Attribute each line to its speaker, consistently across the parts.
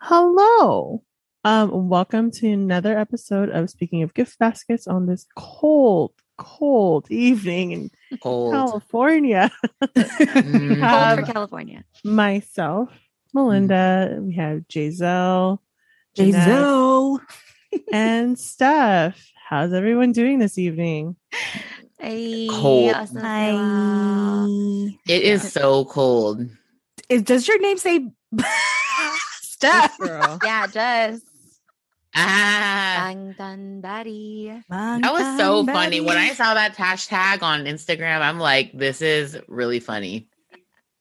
Speaker 1: Hello. Um, welcome to another episode of Speaking of Gift Baskets on this cold, cold evening in
Speaker 2: Old.
Speaker 1: California.
Speaker 2: Mm.
Speaker 1: Have-
Speaker 3: Cold for California.
Speaker 1: Myself, Melinda, we have Jazelle, Jeanette,
Speaker 2: Giselle.
Speaker 1: and Steph. How's everyone doing this evening?
Speaker 3: Ay,
Speaker 2: Cold.
Speaker 3: aso sila.
Speaker 4: I...
Speaker 2: It
Speaker 3: Yeah.
Speaker 2: is so cold.
Speaker 4: Is, does your name say Steph?
Speaker 3: Yeah, just
Speaker 2: Ah,
Speaker 3: dang dang daddy.
Speaker 2: that was so funny. When I saw that hashtag on Instagram, I'm like, this is really funny.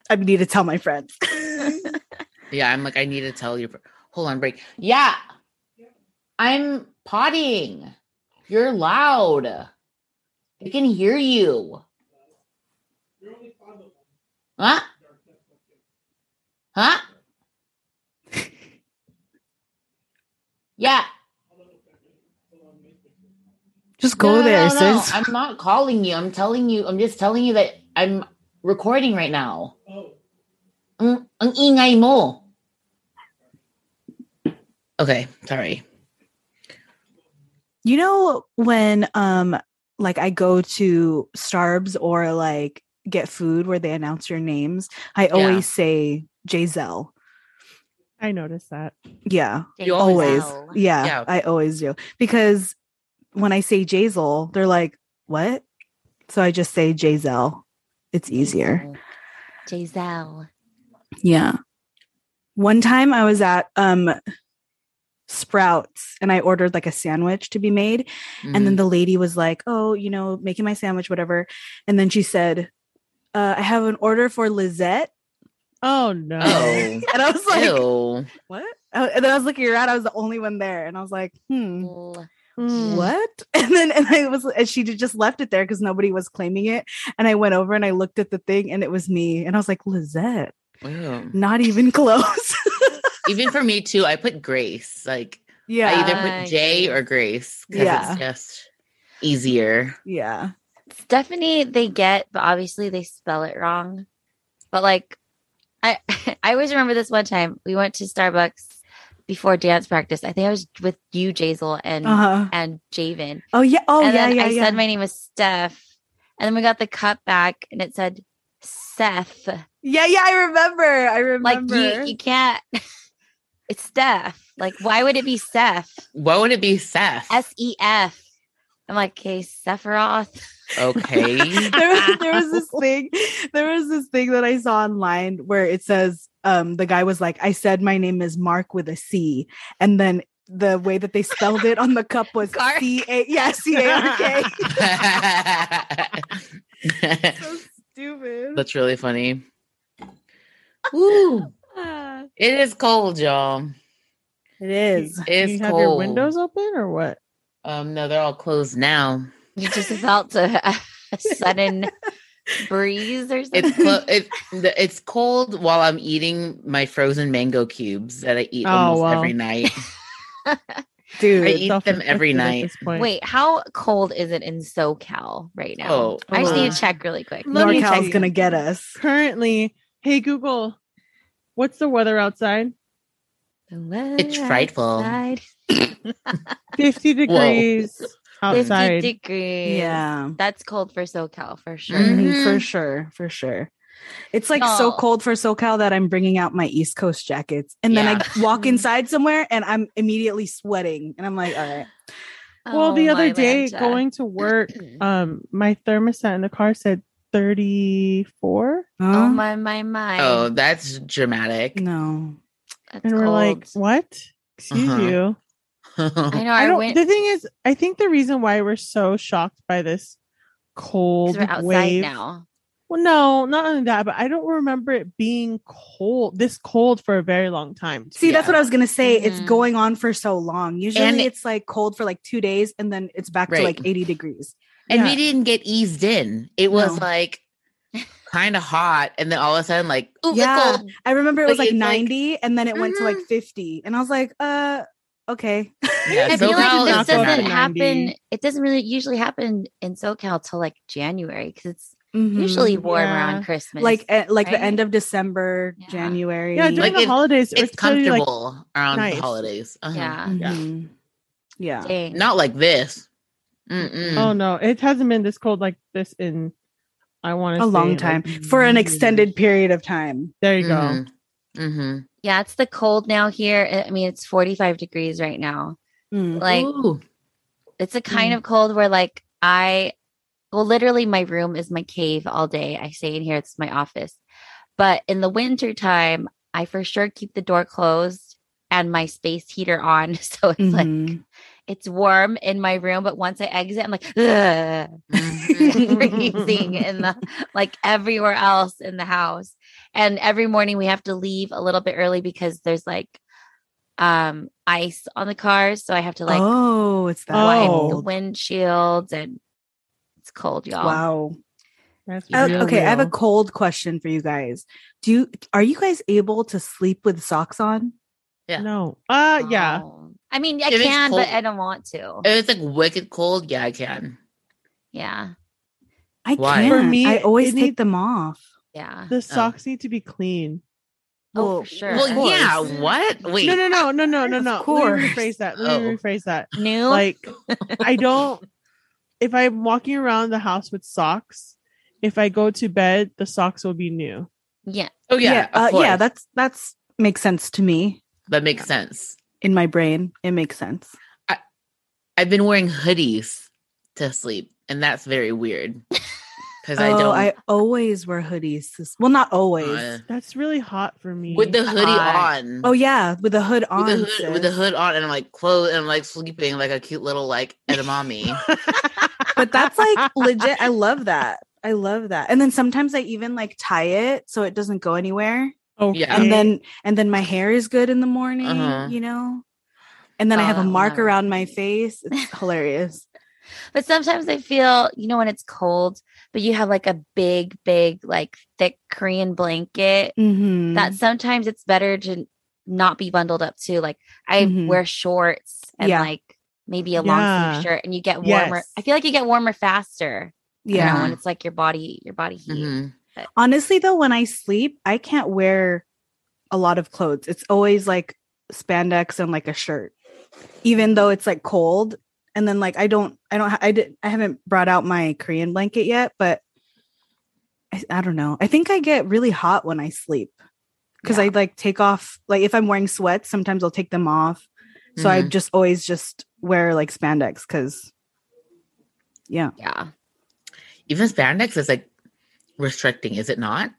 Speaker 4: I need to tell my friends.
Speaker 2: Yeah, I'm like, I need to tell you. Hold on, break. Yeah, I'm pottying. You're loud. They can hear you. Huh? Huh? Yeah.
Speaker 4: Just go
Speaker 2: No, no,
Speaker 4: there,
Speaker 2: no, no.
Speaker 4: sis.
Speaker 2: I'm not calling you. I'm telling you. I'm just telling you that I'm recording right now. Ang, ang ingay mo. Okay, sorry.
Speaker 4: You know when um like I go to Starbs or like get food where they announce your names, I always say Jazelle.
Speaker 1: I noticed that.
Speaker 4: Yeah,
Speaker 2: You
Speaker 4: always.
Speaker 3: Giselle.
Speaker 4: Yeah,
Speaker 2: Yeah.
Speaker 4: I always do because when I say Jazel, they're like, "What?" So I just say Jazel. It's easier.
Speaker 3: Giselle.
Speaker 4: Yeah. One time I was at um Sprouts and I ordered like a sandwich to be made and then the lady was like oh you know making my sandwich whatever and then she said uh, i have an order for lizette
Speaker 1: Oh no.
Speaker 2: oh,
Speaker 4: and i was like
Speaker 2: ew.
Speaker 4: what Oh, and then i was looking around i was the only one there and i was like hmm
Speaker 3: L-
Speaker 1: Mm.
Speaker 4: what and then and i was and she just left it there because nobody was claiming it and i went over and i looked at the thing and it was me and i was like lizette
Speaker 2: Ew.
Speaker 4: not even close
Speaker 2: Even for me too, I put Grace. Like I
Speaker 4: yeah
Speaker 2: either put Jay or Grace because
Speaker 4: Yeah.
Speaker 2: it's just easier.
Speaker 4: yeah
Speaker 3: Stephanie, they get, but obviously they spell it wrong. But like, I I always remember this one time we went to Starbucks before dance practice. I think I was with you, Jazel, and
Speaker 4: uh-huh
Speaker 3: and Javen.
Speaker 4: oh yeah oh
Speaker 3: and
Speaker 4: yeah
Speaker 3: then
Speaker 4: yeah
Speaker 3: I
Speaker 4: yeah.
Speaker 3: said my name was Steph, and then we got the cup back, and it said Seth.
Speaker 4: yeah yeah i remember i remember
Speaker 3: Like you, you can't. It's Steph. Like, why would it be Seth?
Speaker 2: What would it be, Seth?
Speaker 3: S E F. I'm like, okay, Sephiroth.
Speaker 2: okay.
Speaker 4: there, was, there was this thing there was this thing that i saw online where it says um the guy was like i said my name is mark with a c and then the way that they spelled it on the cup was
Speaker 3: Gark.
Speaker 4: C A yeah C A R K. so stupid.
Speaker 2: That's really funny. Woo. It is cold, y'all.
Speaker 4: It is.
Speaker 2: It's
Speaker 1: you
Speaker 2: cold.
Speaker 1: have your windows open or what?
Speaker 2: Um, no, they're all closed now.
Speaker 3: You just felt a, a sudden breeze or something.
Speaker 2: It's clo- it, the- it's cold while I'm eating my frozen mango cubes that I eat
Speaker 1: Oh,
Speaker 2: almost
Speaker 1: wow.
Speaker 2: every night.
Speaker 4: Dude.
Speaker 2: I eat
Speaker 1: It's
Speaker 2: them every
Speaker 1: self-inflicted at
Speaker 2: night.
Speaker 1: this point.
Speaker 3: Wait, how cold is it in SoCal right now?
Speaker 2: Oh,
Speaker 3: I just need
Speaker 1: uh,
Speaker 3: to check really quick.
Speaker 1: let me tell
Speaker 4: NorCal's
Speaker 1: you.
Speaker 4: gonna get us.
Speaker 1: Currently, hey Google, what's the weather outside?
Speaker 2: It's frightful.
Speaker 3: Outside,
Speaker 1: 50 degrees outside.
Speaker 3: 50 degrees.
Speaker 4: Yeah.
Speaker 3: That's cold for SoCal for sure.
Speaker 2: Mhm.
Speaker 1: Mm-hmm.
Speaker 4: Mhm, For sure. For sure. It's like so
Speaker 3: Y'all.
Speaker 4: cold for SoCal that I'm bringing out my East Coast jackets. And then I
Speaker 2: Mm-hmm.
Speaker 4: walk inside somewhere and I'm immediately sweating. And I'm like, all right.
Speaker 1: well, the
Speaker 3: Oh,
Speaker 1: other
Speaker 3: my
Speaker 1: day
Speaker 3: Lanta. Oh,
Speaker 1: going to work, um my thermostat in the car said 34
Speaker 3: Oh
Speaker 4: Huh?
Speaker 3: my my my.
Speaker 2: oh, that's dramatic.
Speaker 4: No.
Speaker 3: That's
Speaker 1: and we're like,
Speaker 3: cold.
Speaker 1: "What? Excuse
Speaker 2: Uh-huh.
Speaker 1: you."
Speaker 3: I know.
Speaker 1: I
Speaker 3: I,
Speaker 1: don't
Speaker 3: went.
Speaker 1: The thing is, I think the reason why we're so shocked by this
Speaker 3: 'cause
Speaker 1: cold
Speaker 3: we're outside
Speaker 1: wave
Speaker 3: now.
Speaker 1: Well, no, not only that, but I don't remember it being cold, this cold for a very long time.
Speaker 4: See, that's
Speaker 2: Yeah. Mm-hmm.
Speaker 4: what I was gonna say. It's
Speaker 3: Mhm.
Speaker 4: going on for so long. Usually,
Speaker 2: And-
Speaker 4: it's like cold for like two days, and then it's back
Speaker 2: Right.
Speaker 4: to like eighty degrees.
Speaker 2: and
Speaker 1: Yeah.
Speaker 2: we didn't get eased in. It was
Speaker 4: No.
Speaker 2: like kind of hot, and then all of a sudden, like, ooh,
Speaker 4: Yeah.
Speaker 2: it's cold.
Speaker 4: I remember it
Speaker 2: But
Speaker 4: was like
Speaker 2: it's like- Mm-hmm.
Speaker 4: ninety, and then it went to like
Speaker 3: Mhm.
Speaker 4: fifty, and I was like, uh, okay.
Speaker 2: Yeah,
Speaker 3: I feel
Speaker 2: SoCal
Speaker 3: like
Speaker 2: is
Speaker 3: this doesn't
Speaker 1: Not
Speaker 2: dramatic.
Speaker 1: going to
Speaker 3: happen.
Speaker 1: 90.
Speaker 3: It doesn't really usually happen in SoCal till like January because it's
Speaker 4: Mhm.
Speaker 3: usually warm
Speaker 1: Mm, Yeah.
Speaker 3: around Christmas.
Speaker 4: like at, like
Speaker 3: right?
Speaker 4: the end of December,
Speaker 3: Yeah.
Speaker 4: January.
Speaker 1: Yeah, during
Speaker 2: Like
Speaker 1: the
Speaker 2: it-
Speaker 1: holidays,
Speaker 2: It's
Speaker 1: particularly, like-
Speaker 2: comfortable around
Speaker 1: nice.
Speaker 2: the holidays. Uh-huh.
Speaker 3: yeah,
Speaker 4: Mhm. Yeah.
Speaker 3: dang.
Speaker 2: Not like this. Mm-mm.
Speaker 4: Mm-hmm.
Speaker 1: oh no, it hasn't been this cold like this in I want to
Speaker 4: A long time for an extended period of time.
Speaker 1: there you go.
Speaker 2: Mm-hmm.
Speaker 3: yeah, it's the cold now here. I- I mean, it's 45 degrees right now.
Speaker 4: Mm-hmm.
Speaker 3: Like it's a
Speaker 1: Mm.
Speaker 3: kind of cold where like I well literally my room is my cave all day. I stay in here, it's my office. But in the winter time, I for sure keep the door closed and my space heater on. So it's like
Speaker 4: Mhm.
Speaker 3: it's warm in my room, but once I exit, I'm like "Ugh."
Speaker 2: Mm-hmm.
Speaker 3: freezing in the like everywhere else in the house. And every morning we have to leave a little bit early because there's like um ice on the cars, so I have to like
Speaker 4: oh, it's that
Speaker 1: Why
Speaker 3: wipe
Speaker 1: Oh.
Speaker 3: the
Speaker 4: cold.
Speaker 3: windshields and it's cold, y'all.
Speaker 4: Wow.
Speaker 1: That's
Speaker 2: Yeah.
Speaker 4: Uh,
Speaker 1: real,
Speaker 4: okay, I have a
Speaker 1: real.
Speaker 4: cold question for you guys. Do you, are you guys able to sleep with socks on?
Speaker 2: Yeah.
Speaker 1: No. Uh yeah.
Speaker 3: Oh. I mean, I
Speaker 2: If it's
Speaker 3: can, but
Speaker 2: cold-
Speaker 3: I don't want to.
Speaker 2: If it's like wicked cold, yeah, I can.
Speaker 3: yeah.
Speaker 4: I
Speaker 2: Why?
Speaker 4: can't.
Speaker 1: For me,
Speaker 4: I always
Speaker 1: it
Speaker 4: take
Speaker 1: need-
Speaker 4: them off.
Speaker 3: Yeah.
Speaker 4: Oh.
Speaker 1: The socks need to be clean.
Speaker 3: Oh,
Speaker 4: Well,
Speaker 3: for sure.
Speaker 2: well,
Speaker 4: of course.
Speaker 2: yeah. What? Wait.
Speaker 1: No, no, no, no, no, no,
Speaker 4: Of
Speaker 1: no. Let
Speaker 4: course.
Speaker 1: me rephrase that. Let me
Speaker 2: Oh.
Speaker 1: rephrase that.
Speaker 3: New.
Speaker 1: Like I don't if I'm walking around the house with socks, if I go to bed, the socks will be new.
Speaker 3: yeah.
Speaker 2: Oh yeah. Yeah.
Speaker 4: uh, yeah. That's that's makes sense to me
Speaker 2: that makes sense.
Speaker 4: in my brain. It makes sense.
Speaker 2: I've been wearing hoodies to sleep, and that's very weird because I
Speaker 4: oh,
Speaker 2: don't.
Speaker 4: I always wear hoodies. sis- Well, not always.
Speaker 2: uh,
Speaker 1: That's really hot for me.
Speaker 2: with the hoodie
Speaker 3: Hot.
Speaker 2: on.
Speaker 4: oh yeah, with the hood on.
Speaker 2: with the hood, with the
Speaker 4: sis.
Speaker 2: hood on, and I'm like clothed, and I'm like sleeping like a cute little like edamame.
Speaker 4: But that's like legit. I love that. I love that. And then sometimes I even like tie it so it doesn't go anywhere.
Speaker 1: Okay.
Speaker 2: Yeah.
Speaker 4: and then and then my hair is good in the morning
Speaker 2: Uh-huh.
Speaker 4: you know and then i
Speaker 3: Oh,
Speaker 4: have a
Speaker 3: that
Speaker 4: mark
Speaker 3: one.
Speaker 4: around my face it's hilarious
Speaker 3: But sometimes I feel, you know, when it's cold, but you have like a big, big, like thick Korean blanket
Speaker 4: mm-hmm.
Speaker 3: that sometimes it's better to not be bundled up too. Like I
Speaker 4: Mhm.
Speaker 3: wear shorts and
Speaker 4: Yeah.
Speaker 3: like maybe a long
Speaker 1: Yeah.
Speaker 3: sleeve shirt and you get warmer.
Speaker 1: Yes.
Speaker 3: I feel like you get warmer faster. Yeah. You know,
Speaker 4: yeah
Speaker 3: when it's like your body, your body heat.
Speaker 2: Mhm.
Speaker 4: honestly though when i sleep i can't wear a lot of clothes it's always like spandex and like a shirt even though it's like cold and then like i don't i don't ha- i did i haven't brought out my korean blanket yet but i, I don't know i think i get really hot when i sleep because i like take off like if i'm wearing sweats sometimes i'll take them off so i
Speaker 2: Mhm.
Speaker 4: just always just wear like spandex because yeah
Speaker 3: Yeah.
Speaker 2: Even spandex is like restricting, is it not?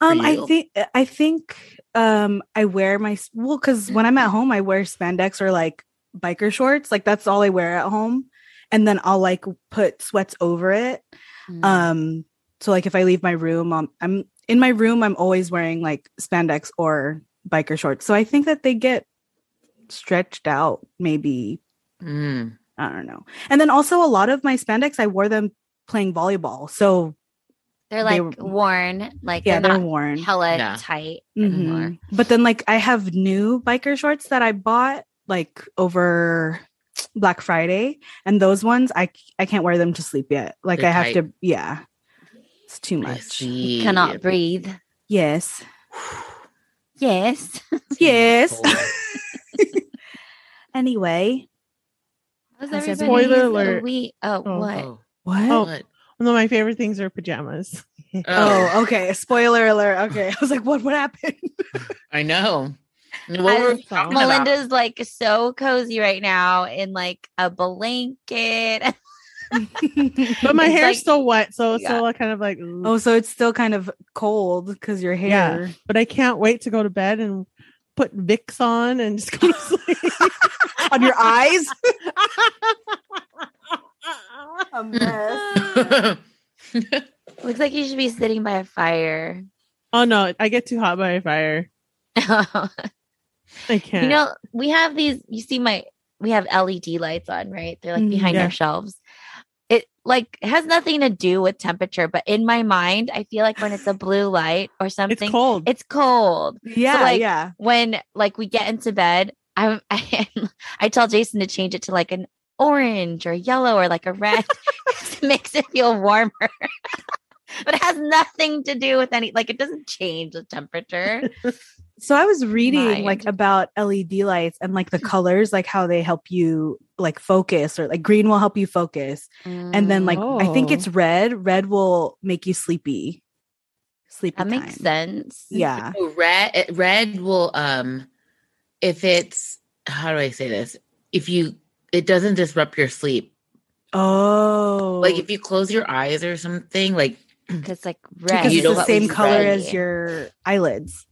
Speaker 4: Um, I
Speaker 2: you?
Speaker 4: think I think um I wear my s- well because when I'm at home I wear spandex or like biker shorts like that's all I wear at home, and then I'll like put sweats over it.
Speaker 3: Mm.
Speaker 4: Um, so like if I leave my room, um, I'm in my room I'm always wearing like spandex or biker shorts. So I think that they get stretched out maybe
Speaker 2: Mm.
Speaker 4: I don't know. And then also a lot of my spandex I wore them playing volleyball, so
Speaker 3: they're
Speaker 4: they
Speaker 3: like
Speaker 4: were-
Speaker 3: worn, like
Speaker 4: yeah,
Speaker 3: they're,
Speaker 4: they're,
Speaker 3: not
Speaker 4: worn.
Speaker 3: hella
Speaker 2: Yeah.
Speaker 3: tight anymore.
Speaker 4: Mhm. But then, like, I have new biker shorts that I bought like over Black Friday, and those ones I I can't wear them to sleep yet. Like,
Speaker 2: They're
Speaker 4: I have
Speaker 2: tight.
Speaker 4: to, yeah, it's too
Speaker 2: I
Speaker 4: much.
Speaker 2: see.
Speaker 3: Cannot breathe.
Speaker 4: Yes,
Speaker 3: Yes.
Speaker 4: yes.
Speaker 2: Cold.
Speaker 4: anyway,
Speaker 3: How's
Speaker 4: How's
Speaker 3: everybody's
Speaker 4: everybody-
Speaker 1: Spoiler alert.
Speaker 3: week? Oh,
Speaker 1: Oh.
Speaker 3: what?
Speaker 2: Oh,
Speaker 4: what?
Speaker 1: Oh.
Speaker 4: Oh,
Speaker 2: what?
Speaker 1: One of my favorite things are pajamas.
Speaker 2: Oh,
Speaker 4: okay. Spoiler alert. Okay, I was like, what? What happened?
Speaker 2: I know. And What
Speaker 3: I
Speaker 2: were
Speaker 3: was-
Speaker 2: we talking about?
Speaker 3: Melinda's like so cozy right now in like a blanket.
Speaker 1: But my
Speaker 3: It's
Speaker 1: hair's
Speaker 3: like-
Speaker 1: still wet, so it's
Speaker 3: Yeah.
Speaker 1: still like, kind of like ugh.
Speaker 4: oh, so it's still kind of cold because your
Speaker 1: Yeah.
Speaker 4: hair.
Speaker 1: but I can't wait to go to bed and put Vicks on and just go to sleep.
Speaker 4: on your eyes. A mess.
Speaker 3: Looks like you should be sitting by a fire.
Speaker 1: oh no, I get too hot by a fire.
Speaker 3: you
Speaker 1: I can't.
Speaker 3: know, we have these, you see my we have LED lights on, right? They're like
Speaker 4: Mhm.
Speaker 3: behind
Speaker 1: Mm-hmm. Yeah.
Speaker 3: our shelves. It like it has nothing to do with temperature, but in my mind, I feel like when it's a blue light or something,
Speaker 1: it's cold.
Speaker 3: it's cold.
Speaker 4: yeah,
Speaker 3: like,
Speaker 4: yeah.
Speaker 3: when like we get into bed, I I, I tell Jason to change it to like an orange or yellow or like a red. 'cause it makes it feel warmer. but it has nothing to do with any like it doesn't change the temperature.
Speaker 4: So I was reading like
Speaker 3: Mind. Hmm.
Speaker 4: about LED lights and like the colors, like how they help you like focus or like green will help you focus. And then like I think
Speaker 1: Oh.
Speaker 4: it's red. Red will make you sleepy. Sleepy.
Speaker 3: that makes
Speaker 4: time.
Speaker 3: sense.
Speaker 4: Yeah.
Speaker 2: So Oh, red it- red will um if it's how do I say this? If you it doesn't disrupt your sleep.
Speaker 4: Oh.
Speaker 2: Like if you close your eyes or something, like
Speaker 3: Because Mm-hmm. like red
Speaker 4: because
Speaker 2: you
Speaker 3: is
Speaker 4: it's the
Speaker 2: don't
Speaker 3: what
Speaker 4: same
Speaker 3: we
Speaker 4: color
Speaker 3: see.
Speaker 4: as your eyelids.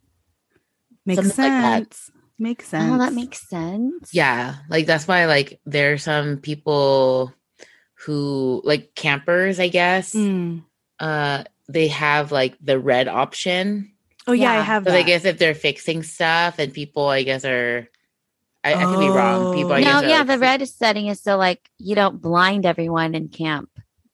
Speaker 4: Makes
Speaker 2: Something like that.
Speaker 4: sense. makes sense.
Speaker 3: Oh, that makes sense.
Speaker 2: yeah, like that's why like there are some people who like campers, I guess.
Speaker 4: Mm.
Speaker 2: Uh they have like the red option.
Speaker 4: Oh yeah, I
Speaker 3: Yeah.
Speaker 4: have.
Speaker 2: So
Speaker 4: that.
Speaker 2: I guess if they're fixing stuff and people I guess are I, I could be wrong. People I
Speaker 3: no,
Speaker 4: Oh.
Speaker 2: guess are,
Speaker 3: yeah,
Speaker 2: like,
Speaker 3: the red is setting is so like you don't blind everyone in camp,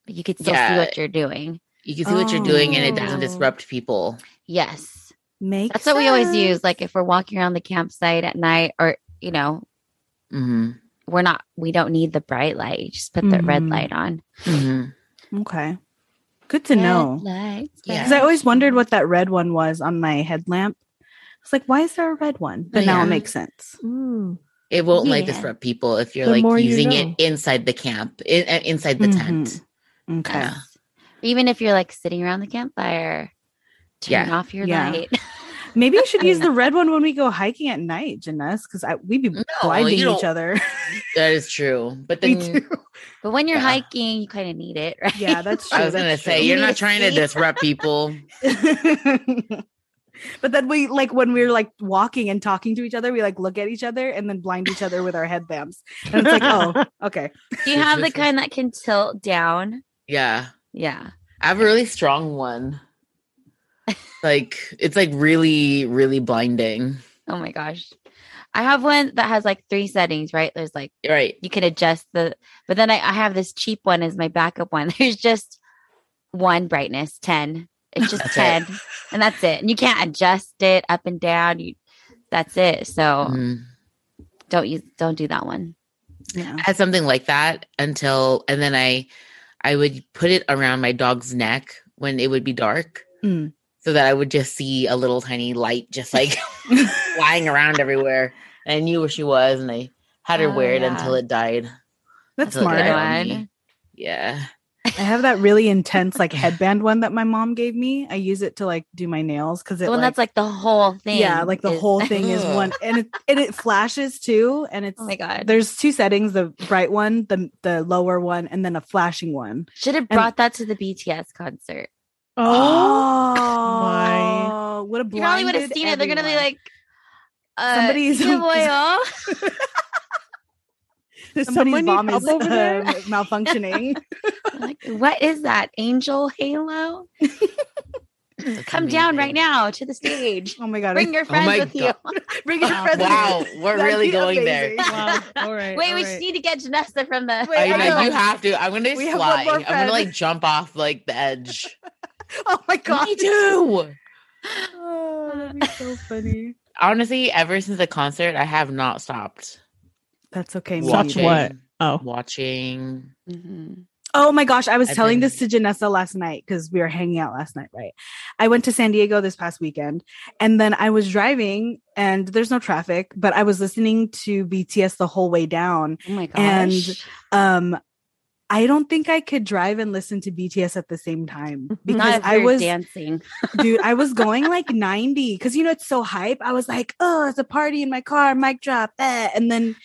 Speaker 3: but you could still see
Speaker 2: Yeah.
Speaker 3: what you're doing.
Speaker 2: you can see what you're doing and it doesn't
Speaker 3: Oh.
Speaker 2: disrupt people.
Speaker 3: Yes.
Speaker 4: Makes
Speaker 3: That's what we always
Speaker 4: sense.
Speaker 3: use. Like if we're walking around the campsite at night, or you know,
Speaker 2: hmm
Speaker 3: we're not, we don't need the bright light. You just put the red
Speaker 4: Mhm.
Speaker 3: light on.
Speaker 2: hmm
Speaker 4: Okay. Good to know.
Speaker 2: Yeah.
Speaker 4: Because I always wondered what that red one was on my headlamp. It's like, why is there a red one? But now
Speaker 2: Yeah.
Speaker 4: it makes sense.
Speaker 1: Mm.
Speaker 2: It won't like
Speaker 3: Yeah.
Speaker 2: disrupt people if you're
Speaker 1: The more
Speaker 2: like
Speaker 1: you
Speaker 2: using
Speaker 1: know.
Speaker 2: it inside the camp, in, uh, inside the
Speaker 4: Mhm.
Speaker 2: tent.
Speaker 4: Okay.
Speaker 2: Yeah.
Speaker 3: Even if you're like sitting around the campfire, turn
Speaker 2: Yeah.
Speaker 3: off your
Speaker 4: Yeah.
Speaker 3: light.
Speaker 4: Maybe you should use the red one when we go hiking at night, Janice, because we'd be
Speaker 2: No,
Speaker 4: blinding
Speaker 2: you
Speaker 4: each
Speaker 2: don't-
Speaker 4: other.
Speaker 2: That is true. But
Speaker 4: we
Speaker 2: then
Speaker 4: do.
Speaker 3: but when you're
Speaker 2: Yeah.
Speaker 3: hiking, you kind of need it, right?
Speaker 4: Yeah, that's true.
Speaker 2: I was gonna
Speaker 4: that's
Speaker 2: say
Speaker 3: true.
Speaker 2: you're
Speaker 3: You need
Speaker 2: not
Speaker 3: to
Speaker 2: trying to
Speaker 3: see.
Speaker 2: disrupt people.
Speaker 4: true. but then we like when we're like walking and talking to each other, we like look at each other and then blind each other with our headlamps. And it's like, oh, okay.
Speaker 3: Do you have the kind that can tilt down?
Speaker 2: yeah,
Speaker 3: Yeah.
Speaker 2: I have a really strong one. Like it's like really, really blinding.
Speaker 3: Oh my gosh. I have one that has like three settings, right? There's like
Speaker 2: You're right.
Speaker 3: you can adjust the but then I, I have this cheap one as my backup one there's just one brightness 10 it's just
Speaker 2: That's
Speaker 3: 10
Speaker 2: it.
Speaker 3: and that's it and you can't adjust it up and down you that's it so
Speaker 2: Mhm.
Speaker 3: don't use don't do that one
Speaker 4: Yeah.
Speaker 2: I had something like that until, and then I, I would put it around my dog's neck when it would be dark,
Speaker 4: Mm.
Speaker 2: so that I would just see a little tiny light, just like flying around everywhere. And I knew where she was, and I had her
Speaker 3: Oh,
Speaker 2: wear it
Speaker 3: yeah.
Speaker 2: until it died.
Speaker 4: That's
Speaker 2: Until it
Speaker 4: smart.
Speaker 2: died on
Speaker 3: Good one.
Speaker 2: me. Yeah.
Speaker 4: I have that really intense like headband one that my mom gave me. I use it to like do my nails because it
Speaker 3: the one that's like the whole thing
Speaker 4: yeah, like the
Speaker 3: is-
Speaker 4: whole thing is
Speaker 2: Ugh.
Speaker 4: one and it and it flashes too. And it's
Speaker 3: oh my god
Speaker 4: there's two settings: the bright one, the the lower one, and then a flashing one.
Speaker 3: should have brought that to the bts concert
Speaker 1: Oh,
Speaker 4: my! What a
Speaker 3: you probably would have
Speaker 4: blinded
Speaker 3: seen it they're gonna be
Speaker 4: everyone.
Speaker 3: like uh,
Speaker 4: Somebody's-
Speaker 3: Kinder Royale?
Speaker 1: Did
Speaker 4: somebody's
Speaker 1: someone need
Speaker 4: bomb
Speaker 1: help
Speaker 4: is
Speaker 1: over there?
Speaker 4: um, malfunctioning.
Speaker 3: like, what is that angel halo
Speaker 2: That's
Speaker 3: come down
Speaker 2: amazing.
Speaker 3: right now to the stage
Speaker 4: oh my god!
Speaker 3: bring your friends
Speaker 2: my
Speaker 3: with
Speaker 2: God.
Speaker 3: you
Speaker 4: bring your
Speaker 1: Wow.
Speaker 4: friends.
Speaker 2: Wow, we're
Speaker 4: That'd
Speaker 2: really
Speaker 4: be
Speaker 2: going there.
Speaker 4: amazing.
Speaker 1: Wow. All right.
Speaker 3: Wait,
Speaker 1: all
Speaker 3: we
Speaker 1: right.
Speaker 3: just need to get Janessa from the.
Speaker 4: Wait,
Speaker 2: I know
Speaker 4: I know.
Speaker 2: you have to. I'm gonna
Speaker 4: We have one
Speaker 2: slide.
Speaker 4: more
Speaker 2: I'm
Speaker 4: friend.
Speaker 2: gonna like jump off like the edge.
Speaker 4: Oh my god!
Speaker 2: Me too.
Speaker 4: Oh, that'd be so funny.
Speaker 2: Honestly, ever since the concert, I have not stopped
Speaker 4: That's okay. me
Speaker 1: Watch
Speaker 4: neither.
Speaker 1: what? Oh,
Speaker 2: Watching.
Speaker 3: Mm-hmm.
Speaker 4: Oh my gosh, I was
Speaker 2: I've
Speaker 4: telling
Speaker 2: been-
Speaker 4: this to Janessa last night because we were hanging out last night, right? I went to San Diego this past weekend and then I was driving and there's no traffic, but I was listening to BTS the whole way down.
Speaker 3: Oh my
Speaker 4: And-
Speaker 3: gosh!
Speaker 4: Um I don't think I could drive and listen to BTS at the same time
Speaker 3: Not
Speaker 4: because
Speaker 3: if
Speaker 4: I
Speaker 3: you're
Speaker 4: was
Speaker 3: dancing.
Speaker 4: dude, I was going like 90 because you know it's so hype. I was like, oh, it's a party in my car, mic drop, eh, and then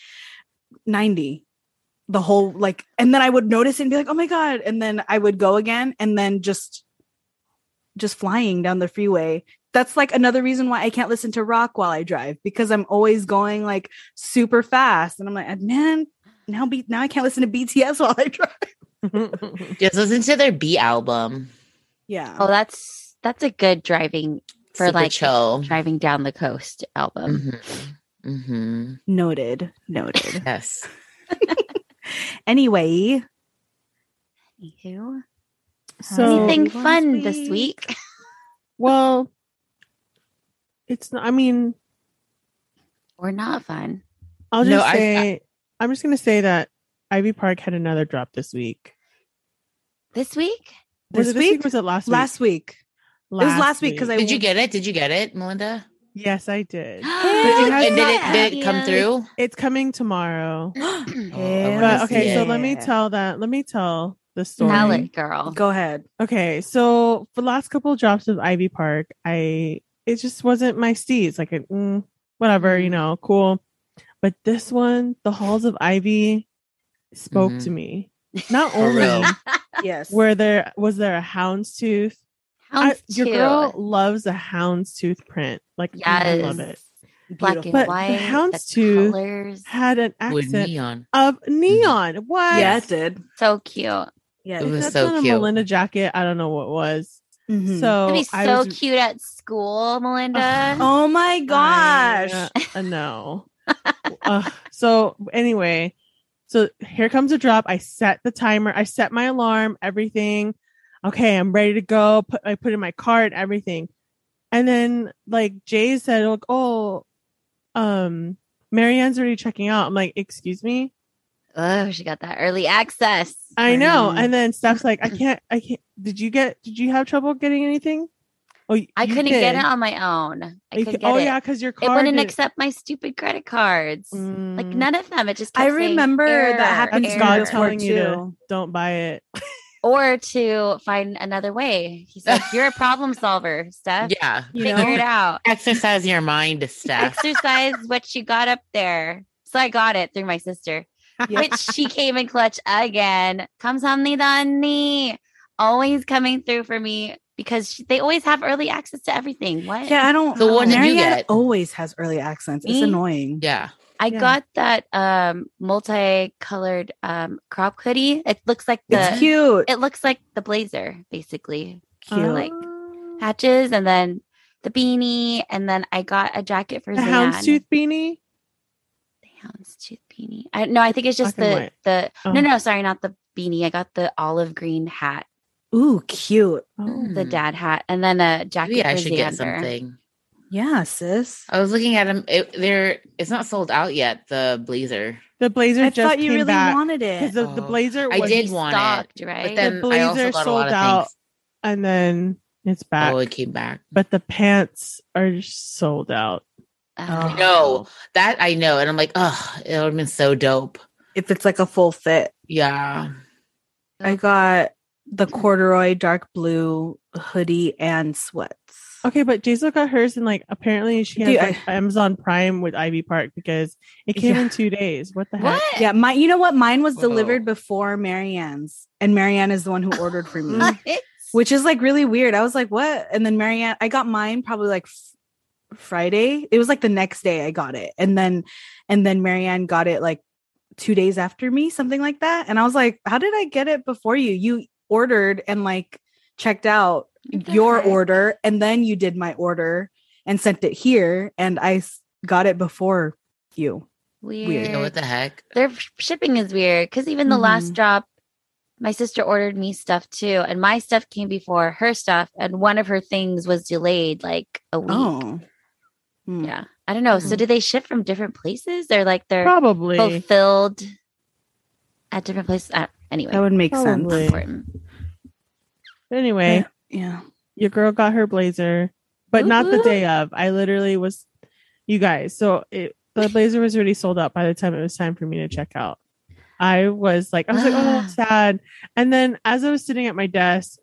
Speaker 4: 90 the whole like, and then I would notice it and be like, oh my god, and then I would go again, and then just just flying down the freeway. That's like another reason why I can't listen to rock while I drive because I'm always going like super fast, and I'm like, man, now be now I can't listen to BTS while I drive.
Speaker 2: Just listen to their B album.
Speaker 4: Yeah,
Speaker 3: Oh, that's that's a good driving For,
Speaker 2: Super
Speaker 3: like,
Speaker 2: chill.
Speaker 3: driving down the coast album.
Speaker 2: hmm hmm
Speaker 4: noted, noted.
Speaker 2: Yes.
Speaker 4: anyway,
Speaker 3: Anywho,
Speaker 1: So-
Speaker 3: anything
Speaker 4: Last
Speaker 3: fun this week?
Speaker 1: well, it's not, I mean,
Speaker 3: or not fun?
Speaker 1: I'll
Speaker 2: No,
Speaker 1: just
Speaker 2: I-
Speaker 1: say, I, am just going to say that Ivy Park had another drop this week.
Speaker 3: This week?
Speaker 1: Was it
Speaker 4: This
Speaker 1: this week?
Speaker 4: week?
Speaker 1: or was it last week?
Speaker 4: Last week. it was last week because I
Speaker 2: Did you get it? Did you get it, Melinda?
Speaker 1: Yes, I did.
Speaker 3: Hell
Speaker 1: it has-
Speaker 2: and did it, did it
Speaker 3: yeah.
Speaker 2: come through?
Speaker 1: It's coming tomorrow.
Speaker 4: Mm-hmm. Oh,
Speaker 2: I
Speaker 1: But
Speaker 2: wanna
Speaker 1: okay,
Speaker 2: see
Speaker 1: so
Speaker 2: it.
Speaker 1: let me tell that. Let me tell the story.
Speaker 3: Tell it, girl.
Speaker 4: Go ahead.
Speaker 1: Okay, so for the last couple of drops of Ivy Park, I it just wasn't my steez. Like, it, mm, whatever, you know, cool. But this one, the halls of Ivy, spoke to me. Not
Speaker 2: For real.
Speaker 1: only
Speaker 4: Yes.
Speaker 1: were there was there a houndstooth. I-
Speaker 3: Hounds
Speaker 1: your
Speaker 3: too.
Speaker 1: girl loves a houndstooth print. Like, I love
Speaker 3: Yes.
Speaker 1: it.
Speaker 3: black
Speaker 4: Beautiful.
Speaker 1: But
Speaker 3: and
Speaker 1: the
Speaker 3: white.
Speaker 1: houndstooth
Speaker 3: colors.
Speaker 1: Had an
Speaker 2: With
Speaker 1: accent
Speaker 2: neon.
Speaker 1: of neon. What?
Speaker 4: yeah, it did.
Speaker 3: So cute.
Speaker 4: Yeah.
Speaker 2: It
Speaker 1: If
Speaker 2: was
Speaker 1: that's
Speaker 2: so
Speaker 1: not
Speaker 2: cute. Mm-hmm.
Speaker 1: a Melinda jacket. I don't know what was.
Speaker 3: Mm-hmm.
Speaker 4: Mhm.
Speaker 1: So
Speaker 3: That'd be
Speaker 1: Oh, I
Speaker 3: so
Speaker 1: was-
Speaker 3: cute at school, Melinda.
Speaker 4: oh my gosh.
Speaker 1: I, uh, no. Ugh. so anyway, so here comes a drop. I set the timer. I set my alarm. Everything. Okay, I'm ready to go. Put I put in my card. Everything, and then like Jay said, like, oh, um, Marianne's already checking out. I'm like, excuse me.
Speaker 3: oh, she got that early access.
Speaker 1: I know.
Speaker 4: Mm.
Speaker 1: And then Steph's like, I can't. I can't. Did you get? Did you have trouble getting anything? Oh, y-
Speaker 3: I
Speaker 1: you
Speaker 3: couldn't
Speaker 1: did.
Speaker 3: get it on my own. I
Speaker 1: You
Speaker 3: couldn't
Speaker 1: ca-
Speaker 3: get
Speaker 1: oh
Speaker 3: it.
Speaker 1: yeah, because your
Speaker 3: it
Speaker 1: card
Speaker 3: wouldn't
Speaker 1: didn't-
Speaker 3: accept my stupid credit cards. Like
Speaker 1: Mm,
Speaker 3: none of them. It just kept
Speaker 4: I
Speaker 3: saying
Speaker 4: remember
Speaker 3: error,
Speaker 4: that happened to
Speaker 1: That's
Speaker 4: me
Speaker 1: God
Speaker 3: error.
Speaker 4: before
Speaker 1: telling you to-
Speaker 4: too.
Speaker 1: don't buy it.
Speaker 3: or to find another way. He's like, You're a problem solver, Steph.
Speaker 2: Yeah.
Speaker 4: You
Speaker 3: Figure
Speaker 4: know?
Speaker 3: it out.
Speaker 2: Exercise your mind, Steph.
Speaker 3: Exercise what you got up there. So I got it through my sister,
Speaker 4: Yeah.
Speaker 3: which she came in clutch again. Comes on the knee, always coming through for me because she, they always have early access to everything. What?
Speaker 4: Yeah, I don't.
Speaker 2: So what did you
Speaker 4: Marianne
Speaker 2: get?
Speaker 4: Always has early accents.
Speaker 3: Me?
Speaker 4: It's annoying.
Speaker 2: yeah.
Speaker 3: I
Speaker 1: Yeah.
Speaker 3: got that um multicolored um crop hoodie. It looks like the
Speaker 4: It's cute.
Speaker 3: it looks like the blazer basically.
Speaker 4: cute.
Speaker 3: Uh, like-
Speaker 4: Oh.
Speaker 3: Patches and then the beanie and then I got a jacket for
Speaker 1: the
Speaker 3: Zan.
Speaker 1: houndstooth beanie.
Speaker 3: The houndstooth beanie. I no, I think it's just
Speaker 1: Black and
Speaker 3: the
Speaker 1: white.
Speaker 3: the
Speaker 1: Oh.
Speaker 3: No, no, sorry, not the beanie. I got the olive green hat,
Speaker 4: Ooh, cute.
Speaker 1: Oh.
Speaker 3: the
Speaker 2: Hmm.
Speaker 3: dad hat and then a jacket
Speaker 2: Maybe I
Speaker 3: for
Speaker 2: should get
Speaker 3: Xander.
Speaker 2: something.
Speaker 4: Yeah, sis.
Speaker 2: I was looking at them. It, they're it's not sold out yet. The blazer,
Speaker 1: The blazer
Speaker 4: I
Speaker 1: just
Speaker 4: thought you
Speaker 1: came
Speaker 4: really
Speaker 1: back
Speaker 4: wanted
Speaker 1: because
Speaker 4: it.
Speaker 1: the, the
Speaker 2: Oh.
Speaker 1: blazer
Speaker 2: I
Speaker 1: was,
Speaker 2: did want it,
Speaker 3: Stocked, right?
Speaker 2: but then I also
Speaker 1: blazer
Speaker 2: got a lot
Speaker 1: sold
Speaker 2: of
Speaker 1: out
Speaker 2: things.
Speaker 1: and then it's back.
Speaker 2: Oh, it came back.
Speaker 1: but the pants are just sold out.
Speaker 3: Uh,
Speaker 4: Oh.
Speaker 2: No, that I know, and I'm like, oh, it would have been so dope.
Speaker 4: If it's like a full fit,
Speaker 2: Yeah,
Speaker 4: I got the corduroy dark blue hoodie and sweats.
Speaker 1: Okay, but Jaisal got hers and like apparently she has
Speaker 4: Dude, I-
Speaker 1: like, Amazon Prime with Ivy Park because it came
Speaker 4: Yeah.
Speaker 1: in two days. What the heck?
Speaker 3: What?
Speaker 4: Yeah, my. You know what? Mine was delivered
Speaker 2: Whoa.
Speaker 4: before Marianne's, and Marianne is the one who ordered for me.
Speaker 1: Mm.
Speaker 4: which is like really weird. I was like, what? And then Marianne, I got mine probably like f- Friday. It was like the next day I got it, and then and then Marianne got it like two days after me, something like that. And I was like, how did I get it before you? You ordered and like checked out
Speaker 3: What the
Speaker 4: your
Speaker 3: heck?
Speaker 4: order, and then you did my order and sent it here, and I s- got it before you.
Speaker 3: Weird.
Speaker 4: weird.
Speaker 2: you know what the heck?
Speaker 3: their f- shipping is weird because even the last
Speaker 4: Mhm.
Speaker 3: drop my sister ordered me stuff too and my stuff came before her stuff and one of her things was delayed like a week
Speaker 4: Oh, Hmm.
Speaker 3: yeah i don't know so
Speaker 4: Mhm.
Speaker 3: do they ship from different places they're like they're
Speaker 1: Probably.
Speaker 3: fulfilled at different places uh, anyway
Speaker 4: that would make
Speaker 1: Probably.
Speaker 4: sense.
Speaker 3: not important
Speaker 1: Anyway,
Speaker 4: Yeah,
Speaker 1: your girl got her blazer, but not the
Speaker 3: Woo-hoo.
Speaker 1: day of. I literally was, you guys. So it, the blazer was already sold out by the time it was time for me to check out. I was like, I was like, oh, sad. And then as I was sitting at my desk,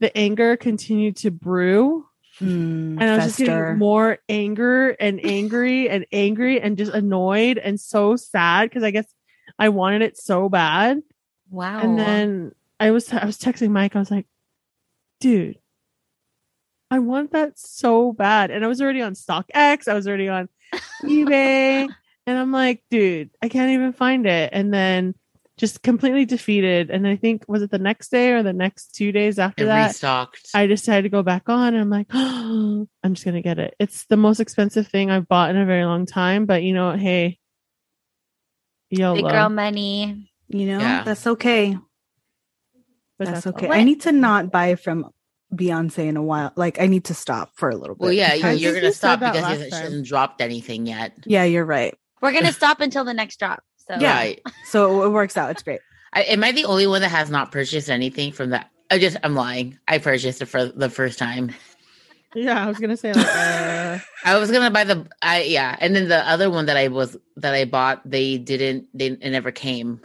Speaker 1: the anger continued to brew,
Speaker 4: Hmm,
Speaker 1: and I was just
Speaker 4: fester.
Speaker 1: getting more anger and angry and angry and just annoyed and so sad because I guess I wanted it so bad.
Speaker 3: wow
Speaker 1: And then I was I was texting Mike. I was like, dude, I want that so bad. And I was already on StockX. I was already on eBay. And I'm like, dude, I can't even find it. And then just completely defeated. And I think was it the next day or the next two days after
Speaker 2: It
Speaker 1: that?
Speaker 2: restocked.
Speaker 1: I decided to go back on and I'm like, I'm just gonna get it. It's the most expensive thing I've bought in a very long time, but you know what? Hey, YOLO.
Speaker 4: oh,
Speaker 3: big girl money
Speaker 4: you know
Speaker 2: Yeah.
Speaker 4: that's okay.
Speaker 1: But
Speaker 4: that's,
Speaker 1: all.
Speaker 4: okay.
Speaker 3: What?
Speaker 4: I need to not buy from Beyonce in a while. Like I need to stop for a little bit.
Speaker 2: well, yeah, you-
Speaker 4: because-
Speaker 1: I
Speaker 2: you're
Speaker 1: think
Speaker 2: gonna
Speaker 1: you said
Speaker 2: stop
Speaker 1: that
Speaker 2: because
Speaker 1: last
Speaker 2: you
Speaker 1: time.
Speaker 2: hasn't dropped anything yet.
Speaker 4: yeah, you're right.
Speaker 3: we're gonna stop until the next drop so
Speaker 4: Yeah.
Speaker 2: Right.
Speaker 4: So it works out. It's great.
Speaker 2: I, am I the only one that has not purchased anything from that I just I'm lying. I purchased it for the first time.
Speaker 1: Yeah, I was gonna say like, uh,
Speaker 2: I was gonna buy the I yeah, and then the other one that I was that I bought, they didn't they it never came.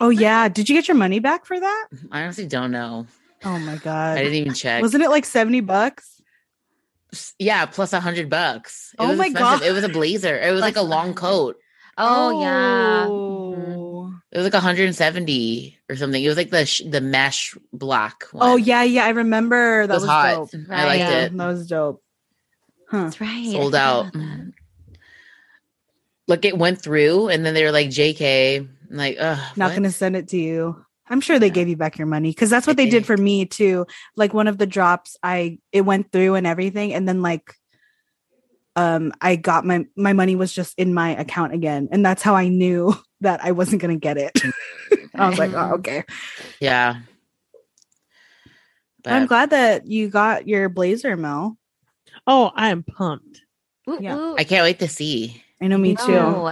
Speaker 4: Oh yeah, did you get your money back for that?
Speaker 2: I honestly don't know.
Speaker 4: Oh my
Speaker 2: I
Speaker 4: god,
Speaker 2: didn't even check.
Speaker 4: wasn't it like seventy bucks?
Speaker 2: yeah, plus a hundred bucks. It
Speaker 4: Oh
Speaker 2: was
Speaker 4: my
Speaker 2: expensive.
Speaker 4: God.
Speaker 2: It was a blazer. It was like a
Speaker 3: Plus
Speaker 2: long
Speaker 3: 100.
Speaker 2: coat.
Speaker 3: Oh, yeah.
Speaker 1: Mm-hmm.
Speaker 4: Oh.
Speaker 2: It was like 170 or something. It was like the sh- the mesh black one.
Speaker 4: Oh yeah, yeah. I remember that
Speaker 2: was
Speaker 4: was,
Speaker 2: hot.
Speaker 4: dope.
Speaker 2: I liked
Speaker 4: yeah,
Speaker 2: it.
Speaker 4: That was dope. Huh.
Speaker 3: Mm-hmm. That's right. I
Speaker 2: Sold
Speaker 3: forgot
Speaker 2: out.
Speaker 3: about that.
Speaker 2: Like it went through, and then they were like, "JK," I'm like, ugh,
Speaker 4: Not
Speaker 2: what?
Speaker 4: gonna send it to you. I'm sure they
Speaker 2: Yeah.
Speaker 4: gave you back your money because that's what
Speaker 2: They
Speaker 4: they
Speaker 2: did.
Speaker 4: did for me too. Like one of the drops, I it went through and everything, and then like, um, I got my my money was just in my account again, and that's how I knew that I wasn't gonna get it. I was like, oh okay.
Speaker 2: Yeah. But
Speaker 4: I'm glad that you got your blazer, Mel.
Speaker 1: oh, I am pumped.
Speaker 3: Ooh,
Speaker 4: Yeah.
Speaker 3: ooh.
Speaker 2: I can't wait to see.
Speaker 4: I know me
Speaker 1: Me
Speaker 4: too.
Speaker 3: No.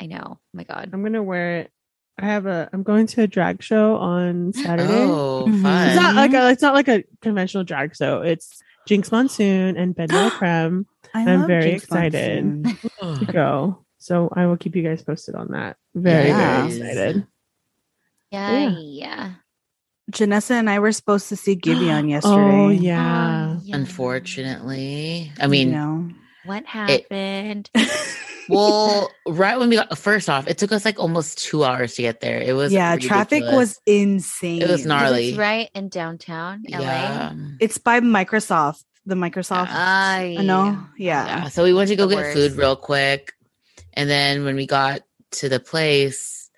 Speaker 3: I know. Oh my God.
Speaker 1: I'm gonna wear it. I have a. I'm going to a drag show on Saturday.
Speaker 2: Oh,
Speaker 4: Mhm.
Speaker 2: fun!
Speaker 1: It's not like a, it's not like a conventional drag show. It's Jinx Monsoon and Benoit Creme
Speaker 4: I
Speaker 1: I'm
Speaker 4: love
Speaker 1: very
Speaker 4: Jinx
Speaker 1: excited.
Speaker 4: Monsoon.
Speaker 1: to go. So I will keep you guys posted on that. Very
Speaker 4: Yeah.
Speaker 1: very excited.
Speaker 3: Yeah.
Speaker 1: Yeah.
Speaker 3: Yeah. Oh,
Speaker 4: Janessa and I were supposed to see Gibeon yesterday. Um,
Speaker 1: Oh
Speaker 3: Oh,
Speaker 1: yeah.
Speaker 3: yeah.
Speaker 2: Unfortunately, I
Speaker 4: You
Speaker 2: mean,
Speaker 4: know.
Speaker 3: What happened?
Speaker 2: well, right when we got first off, it took us like almost two hours to get there. It was
Speaker 4: yeah, traffic
Speaker 2: ridiculous.
Speaker 4: was insane.
Speaker 2: It was gnarly.
Speaker 3: It's right in downtown LA.
Speaker 2: yeah.
Speaker 4: It's by Microsoft, the Microsoft.
Speaker 3: I
Speaker 4: I know. Yeah.
Speaker 2: yeah. So we went to go
Speaker 3: The
Speaker 2: get
Speaker 3: worst.
Speaker 2: food real quick, and then when we got to the place,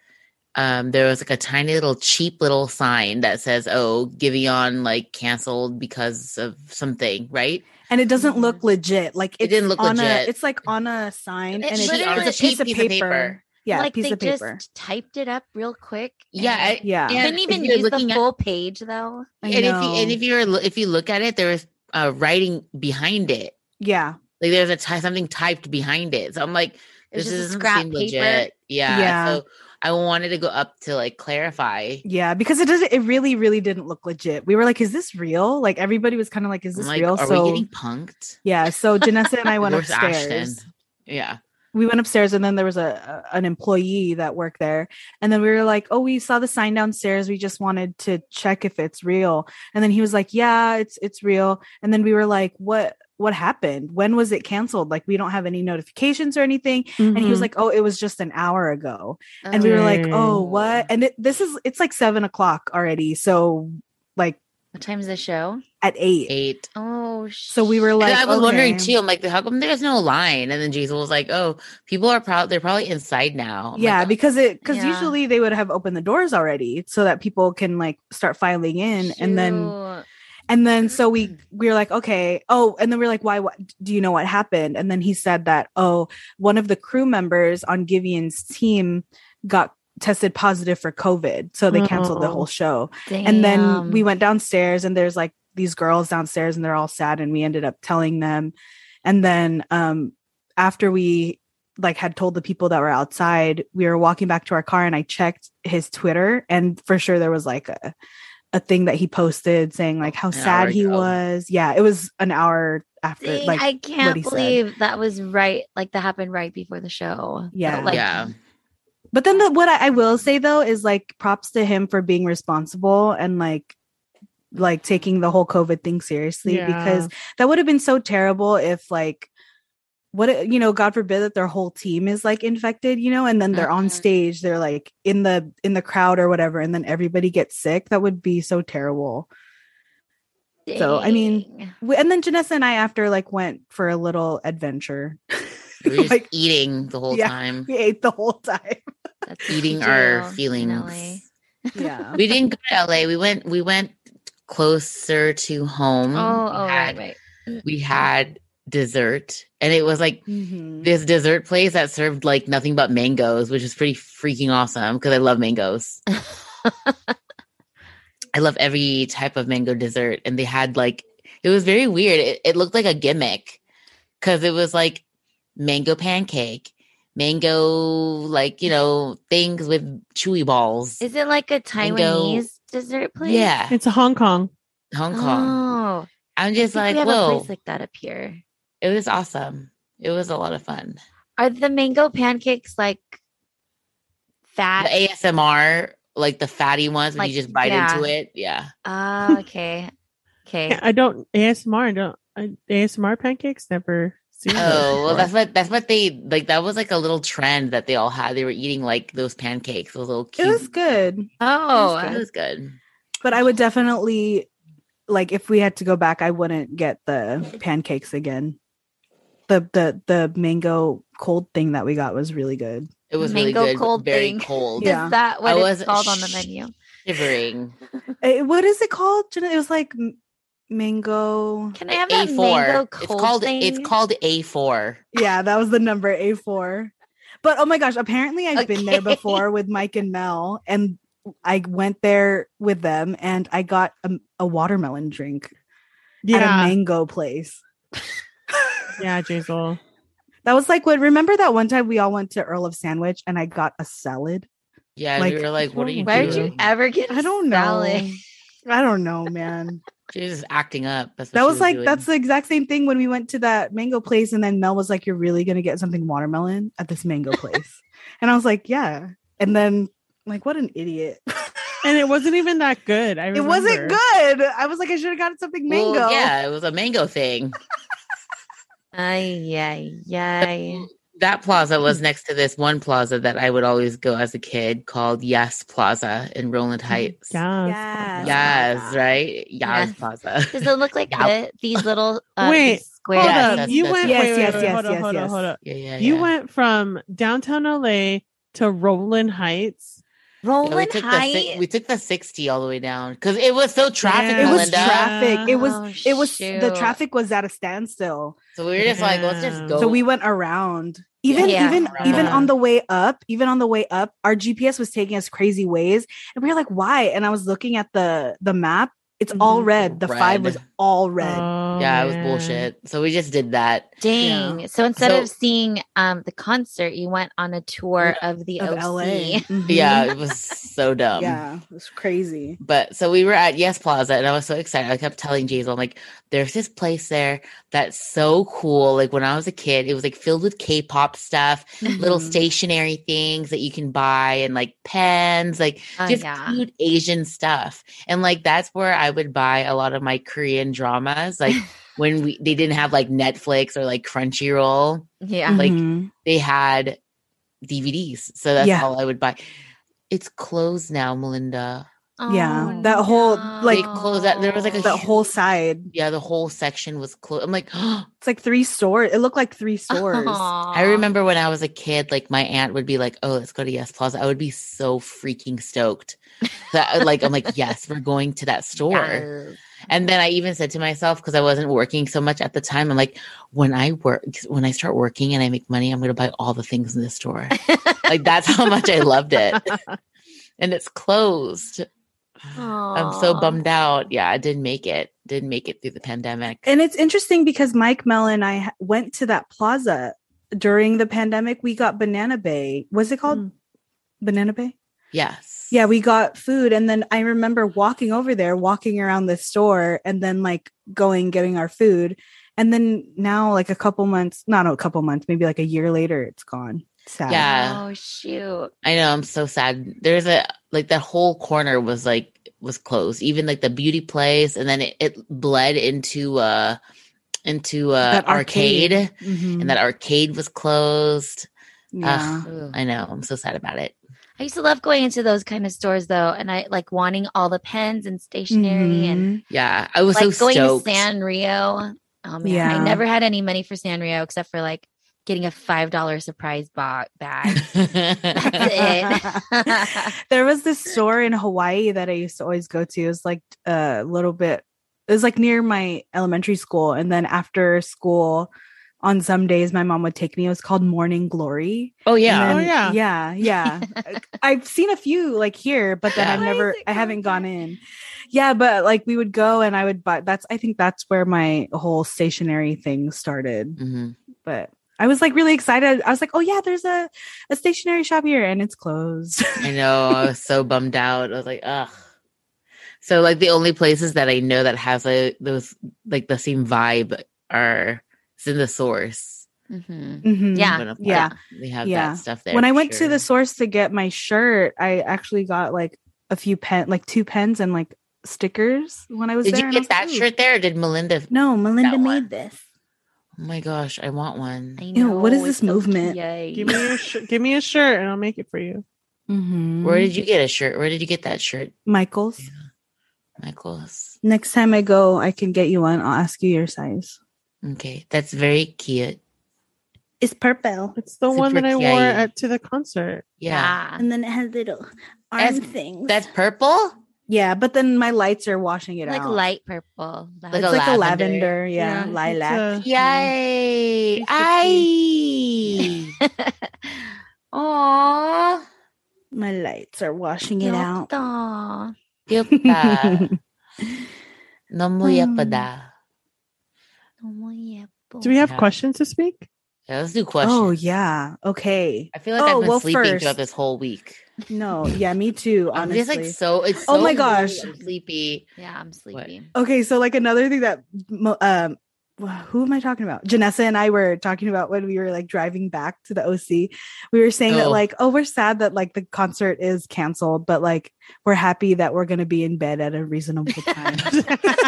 Speaker 2: um, there was like a tiny little cheap little sign that says, "Oh, Giveon like canceled because of something," right?
Speaker 4: And it doesn't look legit. Like
Speaker 2: Mm-hmm. It
Speaker 4: it's
Speaker 2: didn't look
Speaker 4: on
Speaker 2: legit.
Speaker 4: A, it's like on a sign,
Speaker 3: It
Speaker 4: and it's,
Speaker 3: literally-
Speaker 4: it's a piece of paper. Yeah,
Speaker 3: like
Speaker 4: piece
Speaker 3: they
Speaker 4: of paper.
Speaker 3: just typed it up real quick.
Speaker 2: Yeah,
Speaker 3: and-
Speaker 2: I-
Speaker 4: yeah.
Speaker 2: and
Speaker 3: couldn't
Speaker 2: if
Speaker 3: even
Speaker 2: you're
Speaker 3: use the
Speaker 2: looking at-
Speaker 3: full page though.
Speaker 4: I
Speaker 2: and if you,
Speaker 4: know.
Speaker 2: and if you're lo- if you look at it, there was uh, writing behind it.
Speaker 4: yeah.
Speaker 2: Like there's a ty- something typed behind it. So I'm like,
Speaker 3: It was
Speaker 2: this
Speaker 3: just a
Speaker 2: is
Speaker 3: scrap
Speaker 2: scrap
Speaker 3: paper.
Speaker 2: legit. Yeah.
Speaker 4: Yeah.
Speaker 2: So I wanted to go up to like clarify.
Speaker 4: Yeah, because it doesn't. It really, really didn't look legit. We were like, "Is this real?" Like everybody was kind of like, "Is
Speaker 2: I'm
Speaker 4: this
Speaker 2: like,
Speaker 4: real?"
Speaker 2: are
Speaker 4: So
Speaker 2: we getting punked?
Speaker 4: yeah, so Janessa and I went
Speaker 2: Where's
Speaker 4: upstairs.
Speaker 2: Yeah.
Speaker 4: we went upstairs and then there was a, a- an employee that worked there and then we were like oh we saw the sign downstairs we just wanted to check if it's real and then he was like yeah it's it's real and then we were like what what happened when was it canceled like we don't have any notifications or anything and
Speaker 2: Mm-hmm.
Speaker 4: he was like oh it was just an hour ago and we were like oh what and it, this is it's like seven o'clock already so like
Speaker 3: What time is the show?
Speaker 4: at eight
Speaker 2: Eight.
Speaker 3: Oh,
Speaker 4: so we were
Speaker 3: shit.
Speaker 4: like
Speaker 2: and I was wondering
Speaker 4: okay.
Speaker 2: too. I'm like, how come there's no line? And then Jesus was like, oh, people are probably they're probably inside now. I'm
Speaker 4: yeah
Speaker 2: like,
Speaker 4: because it because
Speaker 3: Oh Yeah.
Speaker 4: usually they would have opened the doors already so that people can like start filing in and then
Speaker 3: Shoot. Mm.
Speaker 4: and then so we we were like okay oh and then we are like why what do you know what happened and then he said that oh one of the crew members on Givian's team got tested positive for covid so they canceled the
Speaker 1: Oh.
Speaker 4: whole show and then we
Speaker 3: Damn.
Speaker 4: went downstairs and there's like these girls downstairs and they're all sad and we ended up telling them and then um after we like had told the people that were outside we were walking back to our car and i checked his twitter and for sure there was like a, a thing that he posted saying like how
Speaker 2: An
Speaker 4: sad
Speaker 2: hour
Speaker 4: he
Speaker 2: ago.
Speaker 4: was yeah it was an hour after
Speaker 3: Dang,
Speaker 4: like
Speaker 3: I can't
Speaker 4: he said.
Speaker 3: believe that was right. Like that happened right before the show. That,
Speaker 4: Yeah.
Speaker 3: like,
Speaker 2: "Oh, yeah.
Speaker 4: But then the, what I, I will say though is like props to him for being responsible and like like taking the whole COVID thing seriously because that would have been so terrible if like what it- you know god forbid that their whole team is like infected you know and then they're on
Speaker 3: Mhm.
Speaker 4: stage they're like in the in the crowd or whatever and then everybody gets sick that would be so terrible So, I mean,
Speaker 3: dang.
Speaker 4: We- and then Janessa and I after like went for a little adventure
Speaker 2: We We're just
Speaker 4: Like-
Speaker 2: eating the whole
Speaker 4: Yeah.
Speaker 2: time.
Speaker 4: we ate the whole time
Speaker 3: That's what
Speaker 2: Eating
Speaker 3: you do
Speaker 2: our
Speaker 3: in
Speaker 2: feelings.
Speaker 3: LA.
Speaker 4: yeah
Speaker 2: we didn't go to LA. We went we went closer to home.
Speaker 3: Oh,
Speaker 2: we,
Speaker 3: oh,
Speaker 2: Mm, had,
Speaker 3: right, right.
Speaker 2: we had dessert and it was like
Speaker 4: Mhm.
Speaker 2: this dessert place that served like nothing but mangoes, which is pretty freaking awesome because I love mangoes. I love every type of mango dessert. And they had like, it was very weird. It, it looked like a gimmick because it was like mango pancake, mango, like, you know, things with chewy balls.
Speaker 3: Is it like a
Speaker 2: Mango-
Speaker 3: Taiwanese dessert place?
Speaker 2: Yeah,
Speaker 1: Mm-hmm. It's a Hong Kong.
Speaker 2: Hong Kong.
Speaker 3: Oh,
Speaker 2: I'm
Speaker 3: I
Speaker 2: just like,
Speaker 3: think we have a
Speaker 2: whoa,
Speaker 3: place like that up here.
Speaker 2: it was awesome. It was a lot of fun.
Speaker 3: Are the mango pancakes like
Speaker 2: The
Speaker 3: fat?
Speaker 2: ASMR, like the fatty ones when
Speaker 3: Like,
Speaker 2: you just bite
Speaker 3: yeah.
Speaker 2: into it. Yeah.
Speaker 3: oh, okay, okay.
Speaker 1: Yeah, I don't ASMR. I don't I, ASMR pancakes. Never seen. those
Speaker 2: Oh well,
Speaker 1: before.
Speaker 2: that's what that's what they like. That was like a little trend that they all had. They were eating like those pancakes, those little
Speaker 4: It
Speaker 2: cute.
Speaker 4: was good,
Speaker 3: Oh,
Speaker 2: it was good.
Speaker 4: but I would definitely like if we had to go back, I wouldn't get the pancakes again. The the the mango cold thing that we got was really good.
Speaker 2: It was
Speaker 3: Mango
Speaker 2: really good.
Speaker 3: cold
Speaker 2: Cold very
Speaker 3: thing.
Speaker 2: cold.
Speaker 4: Yeah.
Speaker 3: is that what
Speaker 2: I
Speaker 3: it's
Speaker 2: was-
Speaker 3: called on the
Speaker 2: Shh.
Speaker 3: menu?
Speaker 2: Shivering.
Speaker 4: Eh, what is it called? Jenna? It was like m- mango.
Speaker 3: Can I have that mango cold
Speaker 2: it's called
Speaker 3: thing?
Speaker 2: it's called A4.
Speaker 4: Yeah, that was the number A four. But oh my gosh, apparently I've been there
Speaker 2: Okay.
Speaker 4: before with Mike and Mel, and I went there with them, and I got a, a watermelon drink at a
Speaker 1: yeah,
Speaker 4: mango place.
Speaker 1: yeah, Jazel.
Speaker 4: That was like what. Remember that one time we all went to Earl of Sandwich, and I got a salad.
Speaker 2: Yeah,
Speaker 4: Like,
Speaker 2: we were like, what are you
Speaker 1: Why
Speaker 3: Why
Speaker 2: doing?
Speaker 3: would
Speaker 1: do.
Speaker 3: you ever get?
Speaker 4: I don't know.
Speaker 3: salad?
Speaker 4: I don't know, man.
Speaker 2: She was just acting up. That's what
Speaker 4: that
Speaker 2: she
Speaker 4: was like
Speaker 2: doing.
Speaker 4: that's the exact same thing when we went to that mango place, and then Mel was like, "You're really gonna get something watermelon at this mango place," and I was like, "Yeah." And then like, what an idiot.
Speaker 1: And it wasn't even that good. I
Speaker 4: It wasn't
Speaker 1: remember.
Speaker 4: good. I was like, I should have gotten something mango.
Speaker 2: Well, yeah, it was a mango thing.
Speaker 3: Ay, ay, ay.
Speaker 2: That plaza was next to this one plaza that I would always go as a kid called Yes Plaza in Roland Heights.
Speaker 1: Yeah.
Speaker 4: Yes.
Speaker 2: Yes, right? Yes,
Speaker 3: Yes.
Speaker 2: Plaza.
Speaker 3: Does it look like
Speaker 2: Yeah.
Speaker 3: the, these little uh,
Speaker 1: Wait,
Speaker 3: these
Speaker 1: Hold
Speaker 3: squares?
Speaker 2: Yes,
Speaker 1: up.
Speaker 2: that's-
Speaker 1: You
Speaker 2: that's-
Speaker 1: went
Speaker 4: Yes,
Speaker 1: wait, wait,
Speaker 4: yes,
Speaker 1: wait,
Speaker 4: yes,
Speaker 1: hold on,
Speaker 4: yes,
Speaker 1: hold on,
Speaker 4: yes.
Speaker 1: hold on.
Speaker 2: Yeah, yeah,
Speaker 1: You
Speaker 2: yeah.
Speaker 1: went from downtown LA to Roland Heights.
Speaker 2: Yeah, we
Speaker 3: Roland
Speaker 2: took the si-
Speaker 3: Heights.
Speaker 2: we took the sixty all the way down because it was so traffic,
Speaker 1: Yeah.
Speaker 4: It
Speaker 2: Melinda.
Speaker 4: was traffic. It was
Speaker 3: Oh,
Speaker 4: it was the
Speaker 3: shoot.
Speaker 4: traffic was at a standstill.
Speaker 2: so we were just like, let's just
Speaker 1: Yeah.
Speaker 2: go.
Speaker 4: So we went around. Even
Speaker 3: Yeah.
Speaker 4: even
Speaker 2: Around.
Speaker 4: even on the way up, even on the way up, our GPS was taking us crazy ways. And we were like, why? And I was looking at the the map. It's all
Speaker 1: Mhm.
Speaker 4: red. The five was
Speaker 2: Mm-hmm. Red.
Speaker 4: all red.
Speaker 1: Oh,
Speaker 2: yeah, it was
Speaker 1: man.
Speaker 2: bullshit. So we just did that.
Speaker 3: Dang. So instead
Speaker 2: So-
Speaker 3: of seeing um the concert, you went on a tour of the
Speaker 4: of
Speaker 3: OC.
Speaker 4: LA. Mhm.
Speaker 2: Yeah, um, it was so dumb.
Speaker 4: Yeah. It was crazy.
Speaker 2: But so we were at Yes Plaza and I was so excited. I kept telling Jason, I'm like, there's this place there that's so cool. Like when I was a kid, it was like filled with K pop stuff, little
Speaker 4: Mhm.
Speaker 2: stationary things that you can buy and like pens, like
Speaker 3: Oh,
Speaker 2: just
Speaker 3: yeah.
Speaker 2: cute Asian stuff. And like that's where I would buy a lot of my Korean dramas. Like when we they didn't have like Netflix or like Crunchyroll.
Speaker 3: Yeah.
Speaker 2: like-
Speaker 4: Mhm.
Speaker 2: they had DVDs. So that's
Speaker 4: Yeah.
Speaker 2: all I would buy. It's closed now, Melinda.
Speaker 4: Yeah,
Speaker 3: Oh,
Speaker 4: that whole, like-
Speaker 2: They closed that- there was, like, a
Speaker 4: the
Speaker 2: That
Speaker 4: whole side.
Speaker 2: Yeah, the whole section was closed. I'm like,
Speaker 4: It's like three stores. It looked like three stores.
Speaker 2: I remember when I was a kid, like my aunt would be like, "Oh, let's go to Yes Plaza." I would be so freaking stoked. That like I'm like, "Yes, we're going to that store." And then I even said to myself because I wasn't working so much at the time, I'm like, "When I work, when I start working and I make money, I'm going to buy all the things in this store." like that's how much I loved it. and it's closed. I'm so bummed out. Yeah, I didn't make it. Didn't make it through the pandemic.
Speaker 4: And it's interesting because Mike Mel and I ha- went to that plaza during the pandemic. We got Banana Bay. Was it called
Speaker 1: Mm.
Speaker 4: Banana Bay?
Speaker 2: yes.
Speaker 4: Yeah, we got food. And then I remember walking over there, walking around the store, and then like going, getting our food. And then now, like a couple months, not a couple months, maybe like a year later, it's gone. Sad.
Speaker 2: Yeah.
Speaker 3: Oh shoot.
Speaker 2: I know. I'm so sad. There's a like that whole corner was like was closed. Even like the beauty place, and then it, it bled into uh into uh
Speaker 4: That
Speaker 2: arcade.
Speaker 4: Mhm.
Speaker 2: and that uh, arcade was closed.
Speaker 4: yeah.
Speaker 3: Ugh.
Speaker 2: I know. I'm so sad about it.
Speaker 3: I used to love going into those kind of stores though, and I like wanting all the pens and stationery and
Speaker 4: Mhm.
Speaker 2: Yeah, I was
Speaker 3: like
Speaker 2: so
Speaker 3: going
Speaker 2: stoked.
Speaker 3: to Sanrio. Oh man,
Speaker 4: Yeah.
Speaker 3: I never had any money for Sanrio except for like getting a five dollar surprise bo- bag. That's it.
Speaker 4: Mm-hmm. there was this store in Hawaii that I used to always go to. It was like a little bit, it was like near my elementary school. And then after school, on some days, my mom would take me. It was called Morning Glory.
Speaker 2: oh
Speaker 4: And
Speaker 2: yeah,
Speaker 1: Oh, yeah.
Speaker 4: Yeah. Yeah. I've seen a few like here, but then
Speaker 2: Yeah.
Speaker 4: I've
Speaker 3: Why is
Speaker 4: never,
Speaker 3: it
Speaker 4: I haven't
Speaker 3: called
Speaker 4: gone in. Yeah. But like we would go and I would buy, that's, I think that's where my whole stationary thing started
Speaker 2: Mhm.
Speaker 4: but I was like really excited. I was like, oh yeah, there's a, a stationary shop here and it's closed.
Speaker 2: I know. I was so bummed out. I was like, ugh. So like the only places that I know that has a those like the same vibe are it's in the source.
Speaker 3: hmm
Speaker 4: Mhm.
Speaker 3: Yeah.
Speaker 2: But of course,
Speaker 4: yeah.
Speaker 2: They have
Speaker 4: Yeah.
Speaker 2: that stuff there.
Speaker 4: when I
Speaker 2: for
Speaker 4: went
Speaker 2: sure.
Speaker 4: to the source to get my shirt, I actually got like a few pen, like two pens and like stickers when I was
Speaker 2: Did
Speaker 4: there.
Speaker 2: you
Speaker 4: and I was
Speaker 2: get that
Speaker 4: like, "Ooh."
Speaker 2: shirt there or did Melinda
Speaker 4: No, Melinda
Speaker 2: That one.
Speaker 4: made this.
Speaker 2: Oh my gosh, I want one.
Speaker 3: I
Speaker 4: Ew,
Speaker 3: know.
Speaker 4: what is
Speaker 3: it's
Speaker 4: this
Speaker 3: so
Speaker 4: movement?
Speaker 3: cute.
Speaker 1: Give me your sh- give me a shirt and I'll make it for you.
Speaker 4: Mhm.
Speaker 2: Where did you get a shirt? Where did you get that shirt,
Speaker 4: Michael's?
Speaker 2: Michaels?
Speaker 4: Next time I go, I can get you one. I'll ask you your size.
Speaker 2: Okay, that's very cute.
Speaker 4: It's purple,
Speaker 1: It's the one
Speaker 2: Super
Speaker 1: that I wore
Speaker 2: cute.
Speaker 1: at to the concert.
Speaker 2: Yeah.
Speaker 4: and then it has little arm
Speaker 2: That's-
Speaker 4: things.
Speaker 2: That's purple?
Speaker 4: yeah, but then my lights are washing it
Speaker 3: Like
Speaker 4: out.
Speaker 3: light purple.
Speaker 2: Like
Speaker 4: it's
Speaker 2: a
Speaker 4: like a
Speaker 2: lavender.
Speaker 4: lavender, yeah,
Speaker 1: it's
Speaker 4: lilac.
Speaker 1: a-
Speaker 2: Yay.
Speaker 1: She's
Speaker 2: I Aww.
Speaker 4: my lights are washing it out.
Speaker 3: Aw.
Speaker 2: Yupa. Nomu
Speaker 4: Um,
Speaker 2: yapada.
Speaker 3: Oh, yeah, boy.
Speaker 1: Do we have
Speaker 2: Yeah.
Speaker 1: questions this week?
Speaker 2: Yeah, let's do questions.
Speaker 4: oh yeah, okay.
Speaker 2: I feel like
Speaker 4: Oh,
Speaker 2: I've been
Speaker 4: well,
Speaker 2: sleeping
Speaker 4: first-
Speaker 2: throughout this whole week.
Speaker 4: No, yeah, me too.
Speaker 2: I'm
Speaker 4: Honestly,
Speaker 2: just like so it's
Speaker 4: Oh
Speaker 2: so
Speaker 4: my
Speaker 2: late,
Speaker 4: gosh.
Speaker 2: I'm sleepy.
Speaker 3: Yeah, I'm sleepy.
Speaker 4: Okay, so like another thing that mo- um wh- who am I talking about? Janessa and I were talking about when we were like driving back to the OC. We were saying that
Speaker 2: Oh.
Speaker 4: like, oh, we're sad that like the concert is canceled, but like we're happy that we're gonna be in bed at a reasonable time.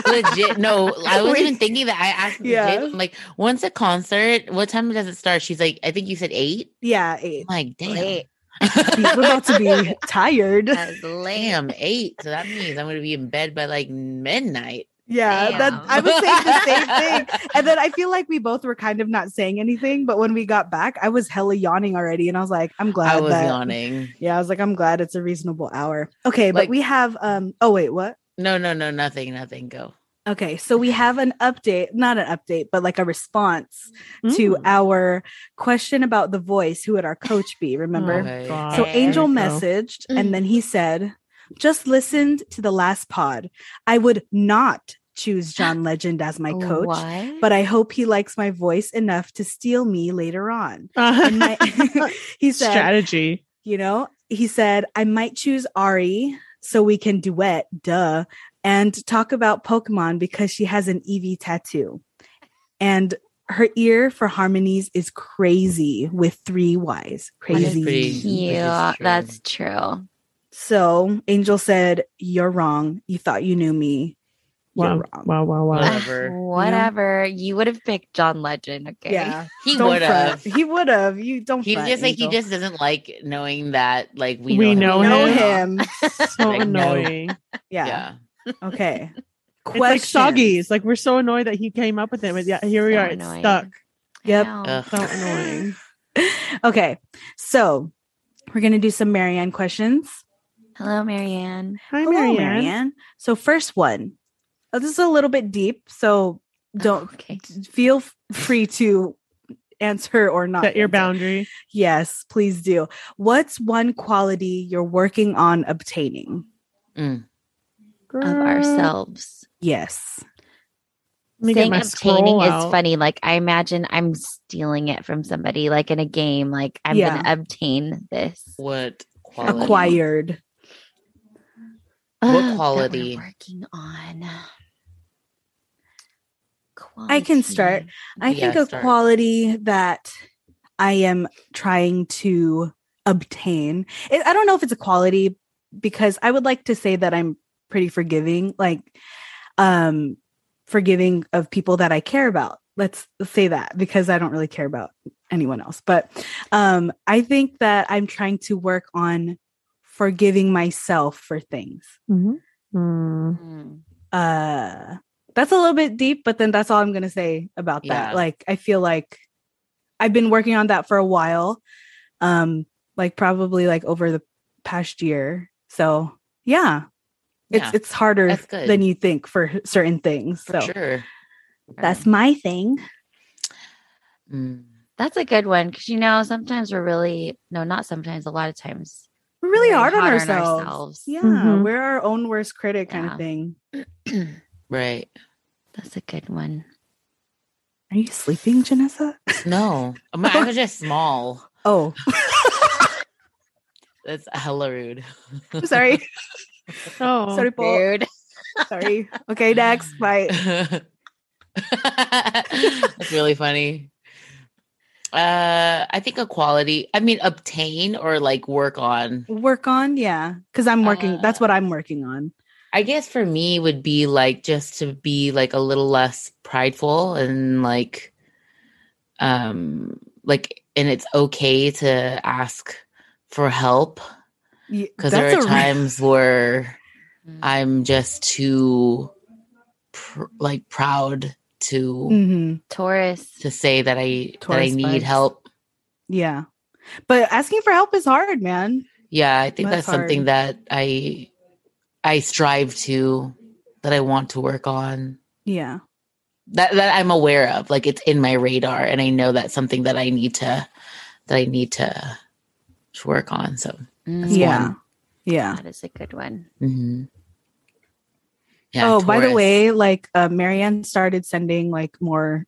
Speaker 2: legit no i was
Speaker 4: We-
Speaker 2: even thinking that i asked
Speaker 4: Yeah.
Speaker 2: legit, I'm like when's the concert what time does it start she's like i think you said eight
Speaker 4: yeah,
Speaker 2: i'm
Speaker 4: eight.
Speaker 2: like damn
Speaker 3: Late.
Speaker 4: we're about to be tired.
Speaker 3: I was late.
Speaker 2: damn eight so that means i'm gonna be in bed by like midnight
Speaker 4: Yeah, that
Speaker 3: Damn.
Speaker 4: I was saying the same thing. And then I feel like we both were kind of not saying anything, but when we got back, I was hella yawning already, and I was like, I'm glad
Speaker 2: i was
Speaker 4: that
Speaker 2: yawning
Speaker 4: Yeah, I was like, I'm glad it's a reasonable hour. Okay, but
Speaker 2: Like-
Speaker 4: we have um oh wait, what?
Speaker 2: no no no nothing nothing go
Speaker 4: Okay, so we have an update, not an update, but like a response to
Speaker 1: Mm.
Speaker 4: our question about the voice, who would our coach be, remember?
Speaker 2: Okay.
Speaker 1: God.
Speaker 4: So
Speaker 1: There
Speaker 4: Angel
Speaker 1: we go. Mm.
Speaker 4: messaged and then he said, just listened to the last pod. I would not choose John Legend as my coach,
Speaker 3: What?
Speaker 4: but I hope he likes my voice enough to steal me later on. In my- he said,
Speaker 1: strategy.
Speaker 4: you know, he said, I might choose Ari so we can duet, duh, and talk about Pokemon because she has an Eevee tattoo. And her ear for harmonies is crazy with three Ys.
Speaker 3: That is
Speaker 4: Crazy.
Speaker 2: pretty- This is
Speaker 3: Yeah,
Speaker 2: true.
Speaker 3: that's true.
Speaker 4: So Angel said, You're wrong. You thought you knew me. You're
Speaker 1: Wow.
Speaker 4: wrong.
Speaker 1: wow, wow, wow.
Speaker 2: whatever
Speaker 3: Whatever. You would have picked John Legend. Okay.
Speaker 4: Yeah.
Speaker 2: he
Speaker 4: Don't
Speaker 2: would
Speaker 4: front.
Speaker 2: have
Speaker 4: He would have. You don't
Speaker 2: he's
Speaker 4: front,
Speaker 2: just like he
Speaker 4: Angel.
Speaker 2: just doesn't like knowing that like we,
Speaker 1: We know
Speaker 2: we
Speaker 4: know
Speaker 1: him.
Speaker 4: him.
Speaker 1: so
Speaker 2: Like, no.
Speaker 1: annoying.
Speaker 4: Yeah.
Speaker 2: yeah
Speaker 4: Okay.
Speaker 1: It's like
Speaker 4: Question.
Speaker 1: soggies. Like we're so annoyed that he came up with it, but yeah, here we
Speaker 3: So
Speaker 1: are. It's
Speaker 3: annoying.
Speaker 1: stuck.
Speaker 3: I
Speaker 4: Yep.
Speaker 3: know.
Speaker 2: Ugh.
Speaker 1: So annoying.
Speaker 4: okay. So we're going to do some Marianne questions.
Speaker 3: Hello, Marianne.
Speaker 1: Hi,
Speaker 4: Hello, Marianne.
Speaker 1: Marianne.
Speaker 4: So, first one. Oh, this is a little bit deep. So, don't
Speaker 3: Oh, okay.
Speaker 4: feel f- free to answer or not.
Speaker 1: Set your
Speaker 4: answer.
Speaker 1: boundary.
Speaker 4: Yes, please do. What's one quality you're working on obtaining?
Speaker 2: Mm.
Speaker 1: Girl.
Speaker 3: Of ourselves.
Speaker 4: Yes.
Speaker 1: Let me get
Speaker 3: Saying
Speaker 1: my
Speaker 3: obtaining
Speaker 1: scroll
Speaker 3: is
Speaker 1: out.
Speaker 3: funny. Like I imagine I'm stealing it from somebody, like in a game. Like I'm gonna obtain this.
Speaker 2: what quality
Speaker 4: Acquired.
Speaker 2: What
Speaker 3: Ugh, that we're
Speaker 2: quality?
Speaker 3: working on.
Speaker 4: I can start. I
Speaker 2: Yeah,
Speaker 4: think a
Speaker 2: start.
Speaker 4: quality that I am trying to obtain. I I don't know if it's a quality because I would like to say that I'm pretty forgiving, like um forgiving of people that I care about. Let's say that because I don't really care about anyone else. But um I think that I'm trying to work on forgiving myself for things.
Speaker 1: Mhm. Mm.
Speaker 3: Mm.
Speaker 4: Uh that's a little bit deep, but then that's all I'm going to say about
Speaker 2: Yeah.
Speaker 4: that. Like I feel like I've been working on that for a while. Um like probably like over the past year. So, yeah. It's
Speaker 2: Yeah,
Speaker 4: it's harder
Speaker 2: that's good.
Speaker 4: than you think for certain things.
Speaker 2: for
Speaker 4: so,
Speaker 2: sure
Speaker 4: that's my thing.
Speaker 2: Mm.
Speaker 3: That's a good one because you know sometimes we're really no, not sometimes. A lot of times
Speaker 4: We're really
Speaker 3: Really
Speaker 4: hard, on,
Speaker 3: hard on
Speaker 4: ourselves.
Speaker 3: ourselves.
Speaker 4: Yeah,
Speaker 1: Mhm.
Speaker 4: we're our own worst critic kind
Speaker 3: Yeah.
Speaker 4: of thing.
Speaker 2: right
Speaker 3: that's a good one.
Speaker 4: Are you sleeping, Janessa?
Speaker 2: No, my eyes are just small.
Speaker 4: Oh,
Speaker 2: That's hella rude.
Speaker 4: I'm sorry.
Speaker 1: Oh,
Speaker 4: sorry, Paul.
Speaker 3: Dude,
Speaker 4: Sorry. Okay, next. Bye.
Speaker 2: That's really funny. Uh, I think equality. I mean, obtain or like work on.
Speaker 4: Work on, yeah. Cause I'm working. that's what
Speaker 2: Uh,
Speaker 4: I'm working on.
Speaker 2: I guess for me would be like just to be like a little less prideful and like, um, like, and it's okay to ask for help
Speaker 4: Yeah,
Speaker 2: because
Speaker 4: that's
Speaker 2: there are
Speaker 4: a re-
Speaker 2: times where
Speaker 3: Mm.
Speaker 2: I'm just too pr- like proud to
Speaker 4: Mhm,
Speaker 3: Taurus.
Speaker 2: to say that I that I
Speaker 4: Taurus
Speaker 2: need
Speaker 4: vibes.
Speaker 2: help.
Speaker 4: Yeah. But asking for help is hard, man.
Speaker 2: Yeah, I think that's,
Speaker 4: That's
Speaker 2: something
Speaker 4: hard.
Speaker 2: that I I strive to that I want to work on.
Speaker 4: Yeah.
Speaker 2: That that I'm aware of. Like it's in my radar and I know that's something that I need to that I need to to work on. So
Speaker 3: Mm,
Speaker 4: Yeah. Yeah.
Speaker 3: That is a good one.
Speaker 2: mhm. Yeah,
Speaker 4: oh, by the
Speaker 2: Taurus.
Speaker 4: way, like uh, Marianne started sending like more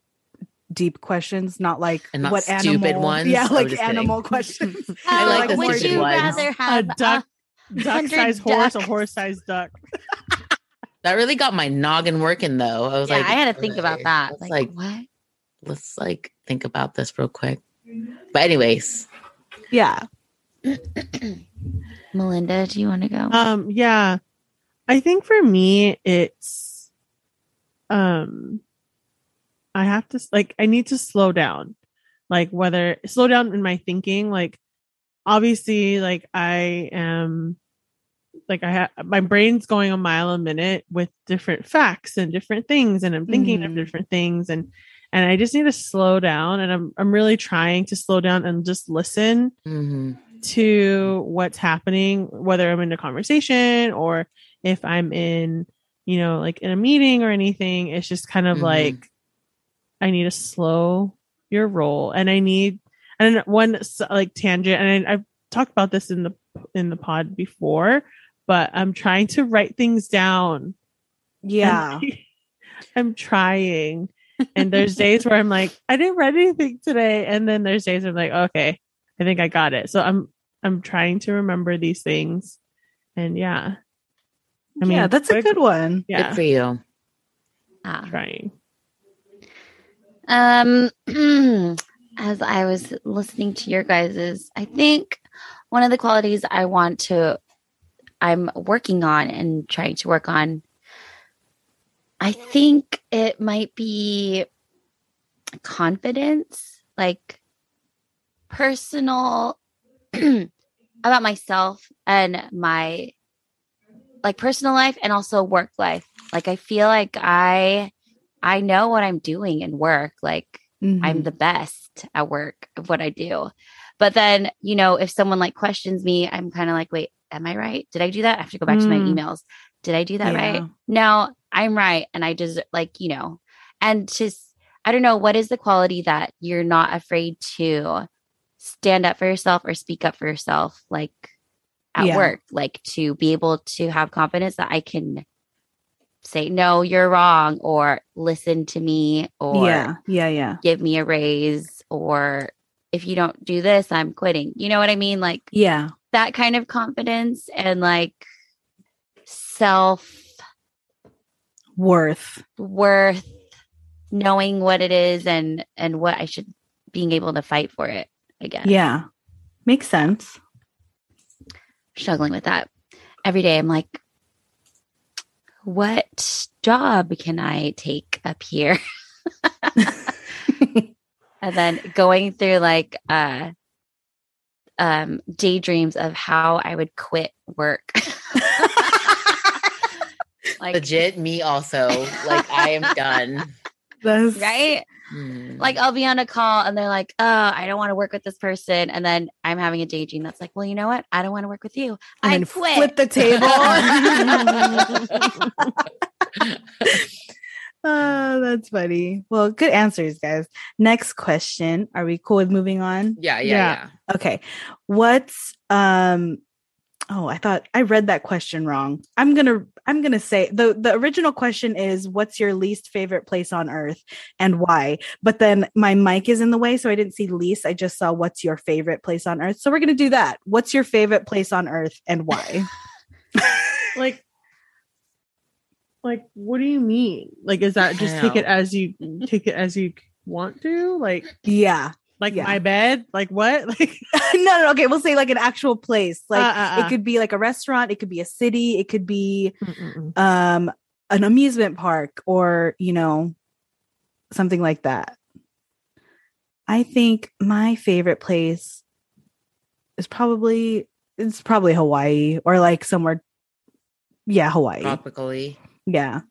Speaker 4: deep questions, not like
Speaker 2: And not
Speaker 4: what
Speaker 2: stupid
Speaker 4: animal.
Speaker 2: ones?
Speaker 4: Yeah,
Speaker 2: I'm
Speaker 4: like
Speaker 2: just kidding.
Speaker 4: animal questions.
Speaker 2: I
Speaker 3: How
Speaker 2: like the
Speaker 3: would
Speaker 2: stupid
Speaker 3: you
Speaker 2: ones.
Speaker 3: rather
Speaker 1: A
Speaker 3: have
Speaker 1: duck, duck
Speaker 3: hundred
Speaker 1: sized horse, a
Speaker 3: ducks.
Speaker 1: horse sized duck.
Speaker 2: that really got my noggin working though. I was
Speaker 3: yeah,
Speaker 2: like
Speaker 3: I had to think about
Speaker 2: okay,
Speaker 3: that.
Speaker 2: let's,
Speaker 3: Like,
Speaker 2: like
Speaker 3: what?
Speaker 2: let's like think about this real quick. But anyways,
Speaker 4: yeah.
Speaker 3: Melinda, do you want to go?
Speaker 1: Um, yeah. I think for me, it's, um, I have to, s- like, I need to slow down. Like, whether slow down in my thinking, like, obviously, like, I am, like, I have my brain's going a mile a minute with different facts and different things, and I'm thinking of
Speaker 4: Mhm.
Speaker 1: different things, and, and I just need to slow down. And I'm, I'm really trying to slow down and just listen
Speaker 2: hmm
Speaker 1: to what's happening, whether I'm in a conversation or if I'm in, you know, like in a meeting or anything. It's just kind of
Speaker 2: Mhm.
Speaker 1: like I need to slow your roll, and I need and one s- like tangent. And I, I've talked about this in the in the pod before, but I'm trying to write things down.
Speaker 4: Yeah.
Speaker 1: I'm trying. And there's days where I'm like, I didn't write anything today. And then there's days I'm like, okay, I think I got it. So I'm I'm trying to remember these things. And yeah. I mean,
Speaker 4: yeah, that's a
Speaker 1: quick-
Speaker 4: good one.
Speaker 1: Yeah,
Speaker 2: good for you.
Speaker 3: Ah.
Speaker 1: trying.
Speaker 3: Um, as I was listening to your guys's, I think one of the qualities I want to, I'm working on and trying to work on, I think it might be confidence, like personal about myself and my like personal life and also work life. Like I feel like I I know what I'm doing in work. Like I'm
Speaker 4: Mhm.
Speaker 3: the best at work of what I do. But then, you know, if someone like questions me, I'm kind of like, wait, am I right? Did I do that? I have to go back to my
Speaker 1: Mm.
Speaker 3: emails. Did I do that
Speaker 4: Yeah.
Speaker 3: right? No, I'm right. And I just like, you know, and just, I don't know, what is the quality that you're not afraid to stand up for yourself or speak up for yourself, like at
Speaker 4: Yeah.
Speaker 3: work, like to be able to have confidence that I can say, no, you're wrong, or listen to me, or
Speaker 4: yeah. Yeah. Yeah.
Speaker 3: give me a raise or if you don't do this i'm quitting you know what i mean like
Speaker 4: Yeah.
Speaker 3: that kind of confidence and like self
Speaker 4: Worth.
Speaker 3: worth knowing what it is and and what i should being able to fight for it i guess
Speaker 4: Yeah. Makes sense.
Speaker 3: struggling with that every day i'm like what job can i take up here and then going through like uh um daydreams of how i would quit work like
Speaker 2: Legit, me also. Like I am done.
Speaker 4: That's
Speaker 3: right
Speaker 2: Mhm.
Speaker 3: like i'll be on a call and they're like oh i don't want to work with this person and then i'm having a daydream that's like well you know what i don't want to work with you
Speaker 4: And
Speaker 3: i
Speaker 4: then
Speaker 3: quit
Speaker 4: flip the table. oh, that's funny. Well, good answers, guys. Next question. Are we cool with moving on?
Speaker 2: Mm-hmm. yeah, yeah, yeah.
Speaker 1: Yeah.
Speaker 4: Okay. What's um oh, I thought I read that question wrong. I'm going to I'm going to say the the original question is what's your least favorite place on earth and why? But then my mic is in the way so I didn't see least. I just saw what's your favorite place on earth. So we're going to do that. What's your favorite place on earth and why?
Speaker 1: Like like what do you mean like is that just take
Speaker 2: Hell.
Speaker 1: it as you take it as you want to like
Speaker 4: Yeah.
Speaker 1: like
Speaker 4: Yeah.
Speaker 1: my bed like what like
Speaker 4: no, no, okay. We'll say like an actual place. Like
Speaker 1: Uh, uh, uh.
Speaker 4: it could be like a restaurant, it could be a city, it could be um an amusement park or, you know, something like that. I think my favorite place is probably it's probably Hawaii or like somewhere yeah, Hawaii.
Speaker 2: tropically.
Speaker 4: Yeah.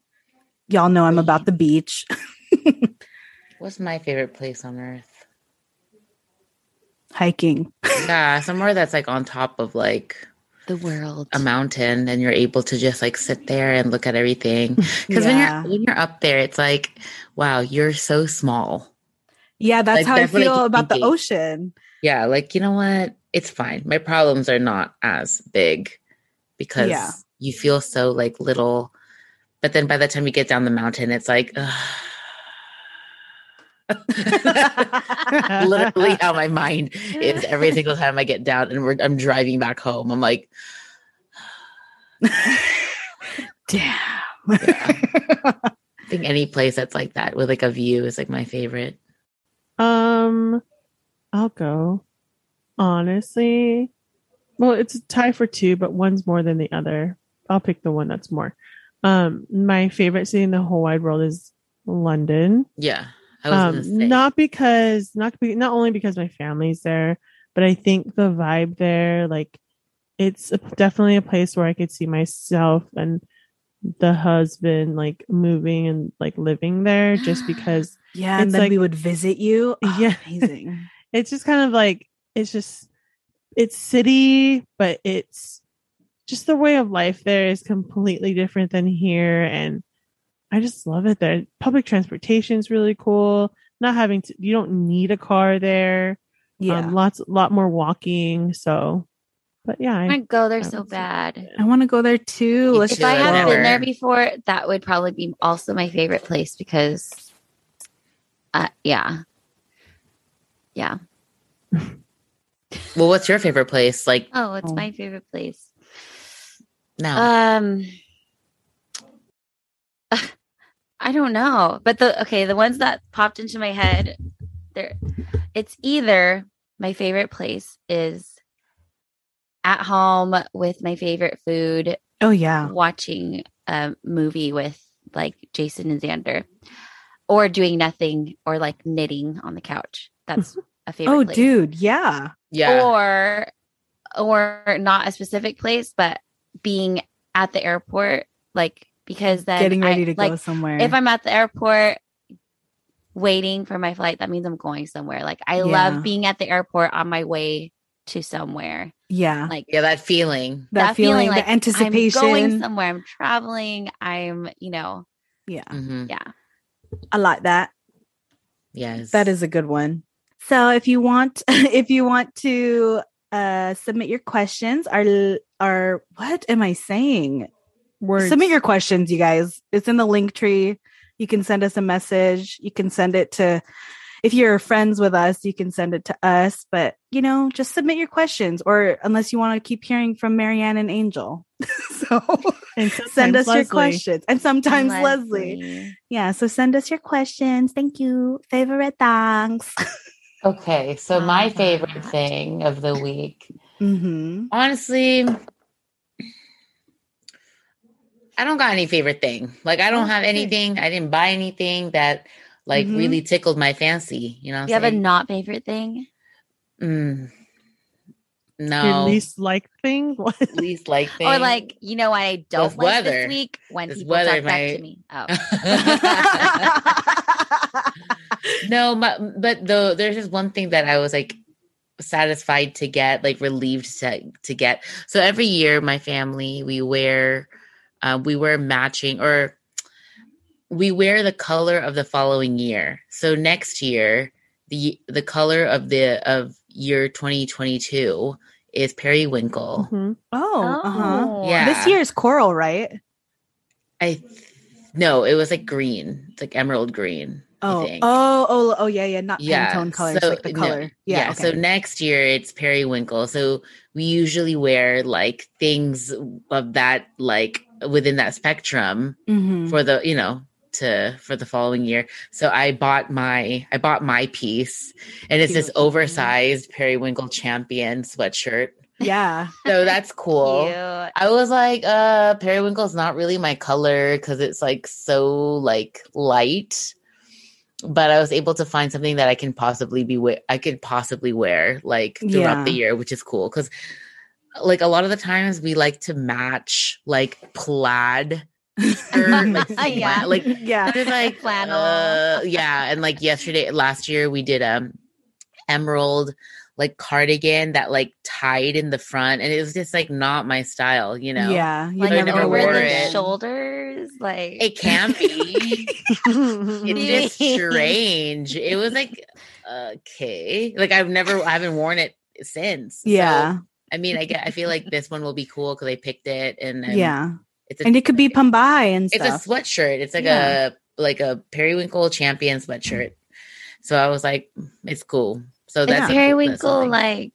Speaker 4: Y'all know I'm about the beach.
Speaker 2: What's my favorite place on earth?
Speaker 4: Hiking.
Speaker 2: Yeah, somewhere that's like on top of like
Speaker 3: The world.
Speaker 2: a mountain and you're able to just like sit there and look at everything. Because
Speaker 4: yeah.
Speaker 2: when you're when you're up there, it's like, wow, you're so small.
Speaker 4: Yeah, that's
Speaker 2: Like,
Speaker 4: how
Speaker 2: that's
Speaker 4: I
Speaker 2: what I
Speaker 4: feel
Speaker 2: keep
Speaker 4: about the
Speaker 2: thinking.
Speaker 4: ocean.
Speaker 2: Yeah, like you know what? It's fine. My problems are not as big because
Speaker 4: Yeah.
Speaker 2: you feel so like little. But then by the time you get down the mountain, it's like literally how my mind is every single time I get down and we're, I'm driving back home. I'm like,
Speaker 4: Damn.
Speaker 2: I think any place that's like that with like a view is like my favorite.
Speaker 1: um i'll go honestly well it's a tie for two but one's more than the other i'll pick the one that's more um my favorite city in the whole wide world is london
Speaker 2: Yeah, I was gonna say
Speaker 1: um, not because not be, not only because my family's there, but I think the vibe there, like, it's a, definitely a place where I could see myself and the husband like moving and like living there, just because
Speaker 4: Yeah, and
Speaker 1: It's
Speaker 4: then
Speaker 1: like-
Speaker 4: we would visit you. Oh,
Speaker 1: Yeah.
Speaker 4: amazing.
Speaker 1: it's just kind of like it's just it's city, but it's just the way of life there is completely different than here, and I just love it there. Public transportation's really cool. Not having to, you don't need a car there.
Speaker 4: Yeah,
Speaker 1: um, lots lot more walking so but yeah
Speaker 3: I
Speaker 1: I,
Speaker 3: want to go there
Speaker 1: I
Speaker 3: so
Speaker 1: would say-
Speaker 3: bad.
Speaker 4: I want to go there too.
Speaker 2: Me
Speaker 4: Let's
Speaker 3: If
Speaker 2: too.
Speaker 4: just
Speaker 3: I
Speaker 2: it
Speaker 3: haven't been
Speaker 2: never.
Speaker 3: there before, that would probably be also my favorite place because, uh, yeah, yeah.
Speaker 2: Well, what's your favorite place? Like
Speaker 3: Oh, it's
Speaker 4: Oh.
Speaker 3: my favorite place.
Speaker 2: now,
Speaker 3: Um, I don't know, but the okay, the ones that popped into my head, there, it's either my favorite place is at home with my favorite food,
Speaker 4: Oh yeah,
Speaker 3: watching a movie with like Jason and Xander, or doing nothing or like knitting on the couch. That's a favorite.
Speaker 4: oh
Speaker 3: place.
Speaker 4: dude, yeah,
Speaker 2: yeah,
Speaker 3: or or not a specific place, but being at the airport, like because then
Speaker 4: getting ready
Speaker 3: I-
Speaker 4: to
Speaker 3: like,
Speaker 4: go somewhere.
Speaker 3: If I'm at the airport waiting for my flight, that means I'm going somewhere. Like I
Speaker 4: Yeah.
Speaker 3: love being at the airport on my way to somewhere.
Speaker 4: yeah,
Speaker 3: Like
Speaker 2: yeah, that feeling.
Speaker 4: that, feeling, the anticipation.
Speaker 3: I'm going somewhere. I'm traveling. I'm you know
Speaker 4: yeah,
Speaker 2: hmm
Speaker 3: yeah.
Speaker 4: I like that.
Speaker 2: Yes,
Speaker 4: That is a good one. So if you want, if you want to uh submit your questions, our our what am I saying?
Speaker 1: words
Speaker 4: Submit your questions, you guys. It's in the link tree. You can send us a message. You can send it to, if you're friends with us, you can send it to us. But, you know, just submit your questions, or unless you want to keep hearing from Marianne and Angel. so
Speaker 1: and
Speaker 4: send
Speaker 1: sometimes
Speaker 4: us your
Speaker 1: Leslie.
Speaker 4: questions. And sometimes Leslie.
Speaker 3: Leslie.
Speaker 4: Yeah. So send us your questions. Thank you. Favorite thanks.
Speaker 2: Okay, so my
Speaker 3: Um,
Speaker 2: favorite thing of the week,
Speaker 4: hmm
Speaker 2: honestly, I don't got any favorite thing. Like I don't have
Speaker 4: Okay.
Speaker 2: anything. I didn't buy anything that like
Speaker 4: Mhm.
Speaker 2: really tickled my fancy. You know, what
Speaker 3: You have a
Speaker 2: I'm
Speaker 3: not favorite thing?
Speaker 2: saying? Mm.
Speaker 1: your
Speaker 2: no least,
Speaker 1: least like thing what
Speaker 2: like thing
Speaker 3: Or like, you know what I don't
Speaker 2: This
Speaker 3: like
Speaker 2: weather.
Speaker 3: this week when
Speaker 2: This
Speaker 3: people
Speaker 2: weather,
Speaker 3: talk back
Speaker 2: mate.
Speaker 3: to me. Oh.
Speaker 2: no, my, but though there's just one thing that I was like satisfied to get, like relieved to to get. So every year, my family we wear, uh, we wear matching or we wear the color of the following year. So next year, the the color of the of year 2022 is periwinkle.
Speaker 1: Mhm.
Speaker 4: oh, uh-huh.
Speaker 3: Oh.
Speaker 2: Yeah.
Speaker 4: This year is coral, right?
Speaker 2: I th- no, it was like green, it's like emerald green. I
Speaker 4: Oh,
Speaker 2: think.
Speaker 4: oh, oh, oh, yeah, yeah, not
Speaker 2: Yeah,
Speaker 4: Pantone colors,
Speaker 2: so,
Speaker 4: like the
Speaker 2: no,
Speaker 4: color. yeah,
Speaker 2: yeah
Speaker 4: okay.
Speaker 2: so next year it's periwinkle so we usually wear like things of that like within that spectrum
Speaker 4: Mhm.
Speaker 2: for the you know to for the following year. So I bought my I bought my piece, and it's this
Speaker 1: Cute.
Speaker 4: Mm-hmm.
Speaker 2: oversized periwinkle champion sweatshirt.
Speaker 4: Yeah.
Speaker 2: So that's cool.
Speaker 3: Cute.
Speaker 2: I was like, uh, periwinkle's not really my color because it's like so like light. But I was able to find something that I can possibly be we- I could possibly wear like throughout the
Speaker 4: Yeah.
Speaker 2: year, which is cool because like a lot of the times we like to match like plaid skirt, like,
Speaker 3: Yeah.
Speaker 2: yeah. like
Speaker 4: yeah.
Speaker 2: there's like
Speaker 3: Flannel.
Speaker 2: uh, yeah, and like yesterday, last year we did um emerald like cardigan that like tied in the front, and it was just like not my style, you know.
Speaker 4: Yeah. You
Speaker 3: like
Speaker 2: I
Speaker 4: never
Speaker 2: never
Speaker 4: go
Speaker 3: over
Speaker 2: wore
Speaker 4: over
Speaker 3: the
Speaker 2: it.
Speaker 3: shoulders, like
Speaker 2: It can be.
Speaker 1: Mm-hmm.
Speaker 2: it's just strange. It was like okay, like I've never, I haven't worn it since. So,
Speaker 4: Yeah.
Speaker 2: I mean, I get, I feel like this one will be cool because I picked it, and I'm-
Speaker 4: yeah.
Speaker 2: it's a,
Speaker 4: and it could be Pombai and
Speaker 2: it's
Speaker 4: stuff.
Speaker 2: a sweatshirt. It's like
Speaker 4: Yeah.
Speaker 2: a like a periwinkle champion sweatshirt. So I was like, it's cool. So
Speaker 3: Is
Speaker 2: that's a cool- that's
Speaker 3: periwinkle
Speaker 2: something.
Speaker 3: like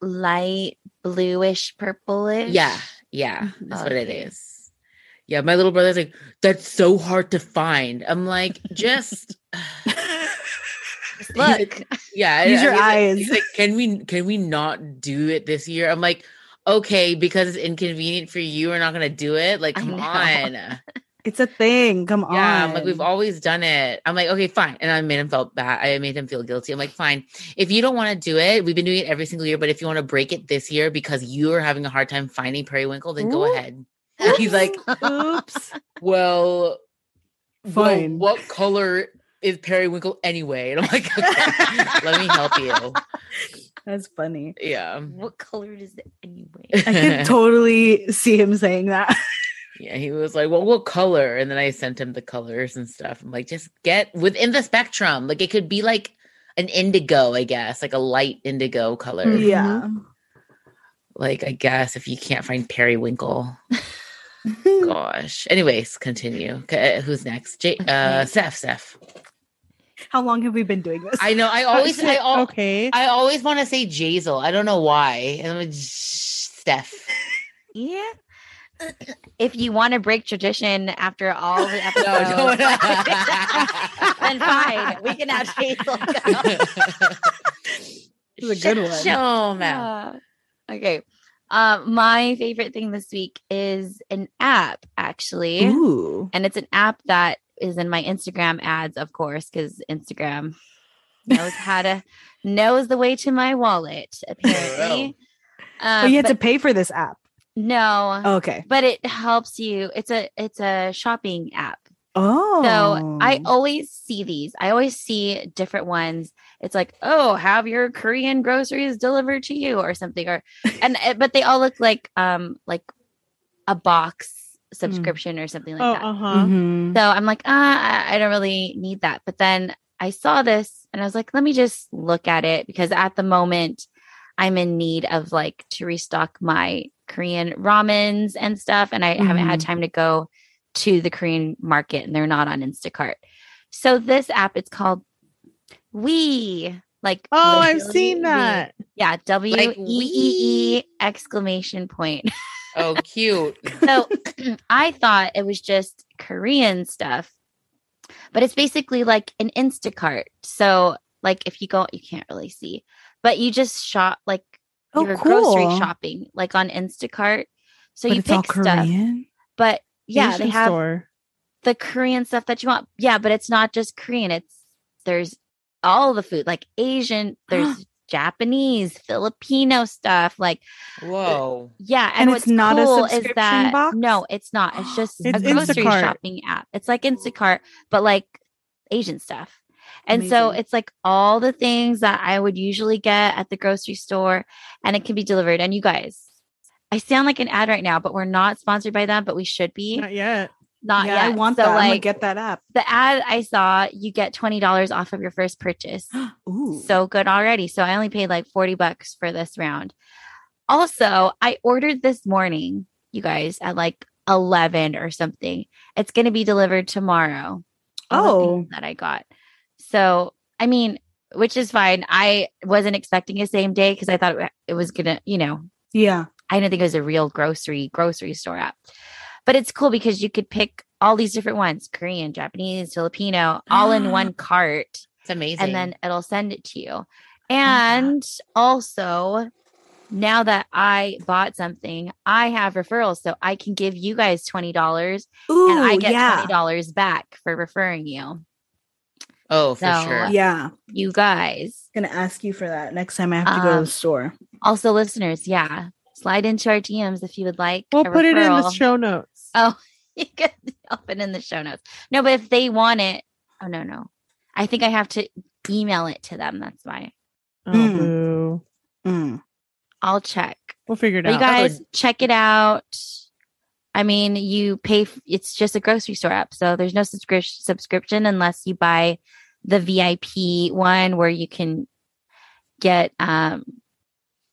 Speaker 3: light bluish purplish?
Speaker 2: yeah, yeah, that's what it
Speaker 3: Okay.
Speaker 2: is. Yeah, my little brother's like, that's so hard to find. I'm like, just
Speaker 3: Just Look,
Speaker 2: yeah.
Speaker 4: Use your
Speaker 2: he's like-
Speaker 4: eyes.
Speaker 2: he's like, can we can we not do it this year? I'm like, okay, because it's inconvenient for you. We're not gonna do it. Like,
Speaker 3: I
Speaker 2: come
Speaker 3: know.
Speaker 2: on.
Speaker 4: It's a thing. Come on.
Speaker 2: Yeah, I'm like we've always done it. I'm like, okay, fine. And I made him felt bad. I made him feel guilty. I'm like, fine. If you don't want to do it, we've been doing it every single year. But if you want to break it this year because you are having a hard time finding periwinkle, then go
Speaker 1: Ooh.
Speaker 2: ahead. And he's like,
Speaker 4: Oops.
Speaker 2: well, well,
Speaker 4: Fine.
Speaker 2: what color is periwinkle anyway? And I'm like, okay, let me help you.
Speaker 4: That's funny.
Speaker 2: Yeah.
Speaker 3: what color is it anyway?
Speaker 4: I could totally see him saying that.
Speaker 2: Yeah, he was like, "Well, what color?" And then I sent him the colors and stuff. I'm like, "Just get within the spectrum. Like it could be like an indigo, I guess, like a light indigo color.
Speaker 3: Mm-hmm.
Speaker 1: Mhm.
Speaker 4: yeah.
Speaker 2: Like I guess if you can't find periwinkle,
Speaker 4: Mm-hmm.
Speaker 2: gosh. Anyways, continue. Okay, who's next? J- uh,
Speaker 3: Okay.
Speaker 2: Seth. Seth.
Speaker 4: How long have we been doing this?
Speaker 2: I know. I always. I al-
Speaker 1: okay.
Speaker 2: I always want to say Jazel. I don't know why. And I'm like, Steph.
Speaker 3: Yeah. If you want to break tradition after all the episodes, then fine. We can have Hazel. go.
Speaker 4: This is a good one.
Speaker 2: Shut your mouth.
Speaker 3: Yeah. Uh, Okay. Um, my favorite thing this week is an app, actually.
Speaker 4: Ooh.
Speaker 3: And it's an app that is in my Instagram ads, of course, because Instagram knows how to knows the way to my wallet, apparently. Um,
Speaker 4: oh, you had
Speaker 3: but Uh-huh.
Speaker 4: to pay for this app.
Speaker 3: no.
Speaker 4: Oh, okay.
Speaker 3: But it helps you. It's a it's a shopping app.
Speaker 4: Oh.
Speaker 3: So I always see these. I always see different ones. It's like, oh, have your Korean groceries delivered to you or something, or and uh, but they all look like um like a box
Speaker 4: Hmm.
Speaker 3: subscription or something like
Speaker 1: Oh,
Speaker 3: that.
Speaker 1: uh huh.
Speaker 4: Mhm.
Speaker 3: So I'm like, ah, I- I don't really need that. But then I saw this and I was like, let me just look at it because at the moment I'm in need of like to restock my Korean ramens and stuff. And I haven't had
Speaker 4: Mhm.
Speaker 3: time to go to the Korean market and they're not on Instacart. So this app, it's called We. Like
Speaker 2: Mm-hmm.
Speaker 1: Oh, I've
Speaker 3: literally
Speaker 1: seen
Speaker 3: We.
Speaker 1: that.
Speaker 3: Yeah, W E
Speaker 2: Like
Speaker 3: E E exclamation point
Speaker 2: Oh, cute.
Speaker 3: so I thought it was just Korean stuff, but it's basically like an Instacart. So, like, if you go, you can't really see, but you just shop like
Speaker 4: Oh,
Speaker 3: your grocery
Speaker 4: cool.
Speaker 3: shopping, like on Instacart. So
Speaker 4: but
Speaker 3: you
Speaker 4: it's all
Speaker 3: pick stuff, Uh,
Speaker 4: Korean.
Speaker 3: but yeah, they
Speaker 1: Asian
Speaker 3: have
Speaker 1: store.
Speaker 3: the Korean stuff that you want. Yeah, but it's not just Korean. It's there's all the food, like Asian. There's Japanese, Filipino stuff, like.
Speaker 2: Whoa.
Speaker 3: Yeah,
Speaker 4: And
Speaker 3: and,
Speaker 4: it's
Speaker 3: what's
Speaker 4: not a
Speaker 3: cool is
Speaker 4: subscription
Speaker 3: that
Speaker 4: box?
Speaker 3: no, it's not. It's just
Speaker 1: It's
Speaker 3: a grocery
Speaker 1: Instacart.
Speaker 3: shopping app. It's like Instacart, but like Asian stuff. And so
Speaker 4: Amazing.
Speaker 3: it's like all the things that I would usually get at the grocery store, and it can be delivered. And you guys, I sound like an ad right now, but we're not sponsored by them, but we should be.
Speaker 1: Not yet.
Speaker 3: Not
Speaker 4: yeah,
Speaker 3: yet.
Speaker 4: I want
Speaker 3: so
Speaker 4: that. I'm gonna
Speaker 3: like
Speaker 4: get that app.
Speaker 3: the ad I saw, you get twenty dollars off of your first purchase
Speaker 4: Ooh.
Speaker 3: so good already. So I only paid like 40 bucks for this round. Also, I ordered this morning, you guys, at like 11 or something. It's going to be delivered tomorrow. All the
Speaker 4: Oh.
Speaker 3: things that I got. So, I mean, which is fine. I wasn't expecting a same day because I thought it wa- it was going to, you know,
Speaker 4: yeah.
Speaker 3: I didn't think it was a real grocery grocery store app. But it's cool because you could pick all these different ones Korean, Japanese, Filipino, all
Speaker 4: Ah.
Speaker 3: in one cart.
Speaker 2: It's amazing.
Speaker 3: and then it'll send it to you. And also, now that I bought something, I have referrals, so I can give you guys twenty dollars,
Speaker 4: Ooh,
Speaker 3: and I get
Speaker 4: yeah.
Speaker 3: twenty dollars back for referring you.
Speaker 2: oh, for
Speaker 3: So,
Speaker 2: sure.
Speaker 4: Yeah.
Speaker 3: You guys,
Speaker 4: Gonna ask you for that next time I have to go to
Speaker 3: Um,
Speaker 4: the store.
Speaker 3: also listeners, yeah, slide into our DMs if you would like.
Speaker 1: We'll
Speaker 3: a
Speaker 1: put it in the
Speaker 3: referral.
Speaker 1: show notes.
Speaker 3: Oh. You can help it in the show notes. No, but if they want it, oh no, no, I think I have to email it to them. That's why
Speaker 1: Oh,
Speaker 4: Mm.
Speaker 1: boo.
Speaker 4: Mm.
Speaker 3: I'll check.
Speaker 1: We'll figure it
Speaker 3: But
Speaker 1: out.
Speaker 3: you guys check it out. I mean, you pay. F- it's just a grocery store app, so there's no subscription subscription unless you buy the VIP one where you can get um,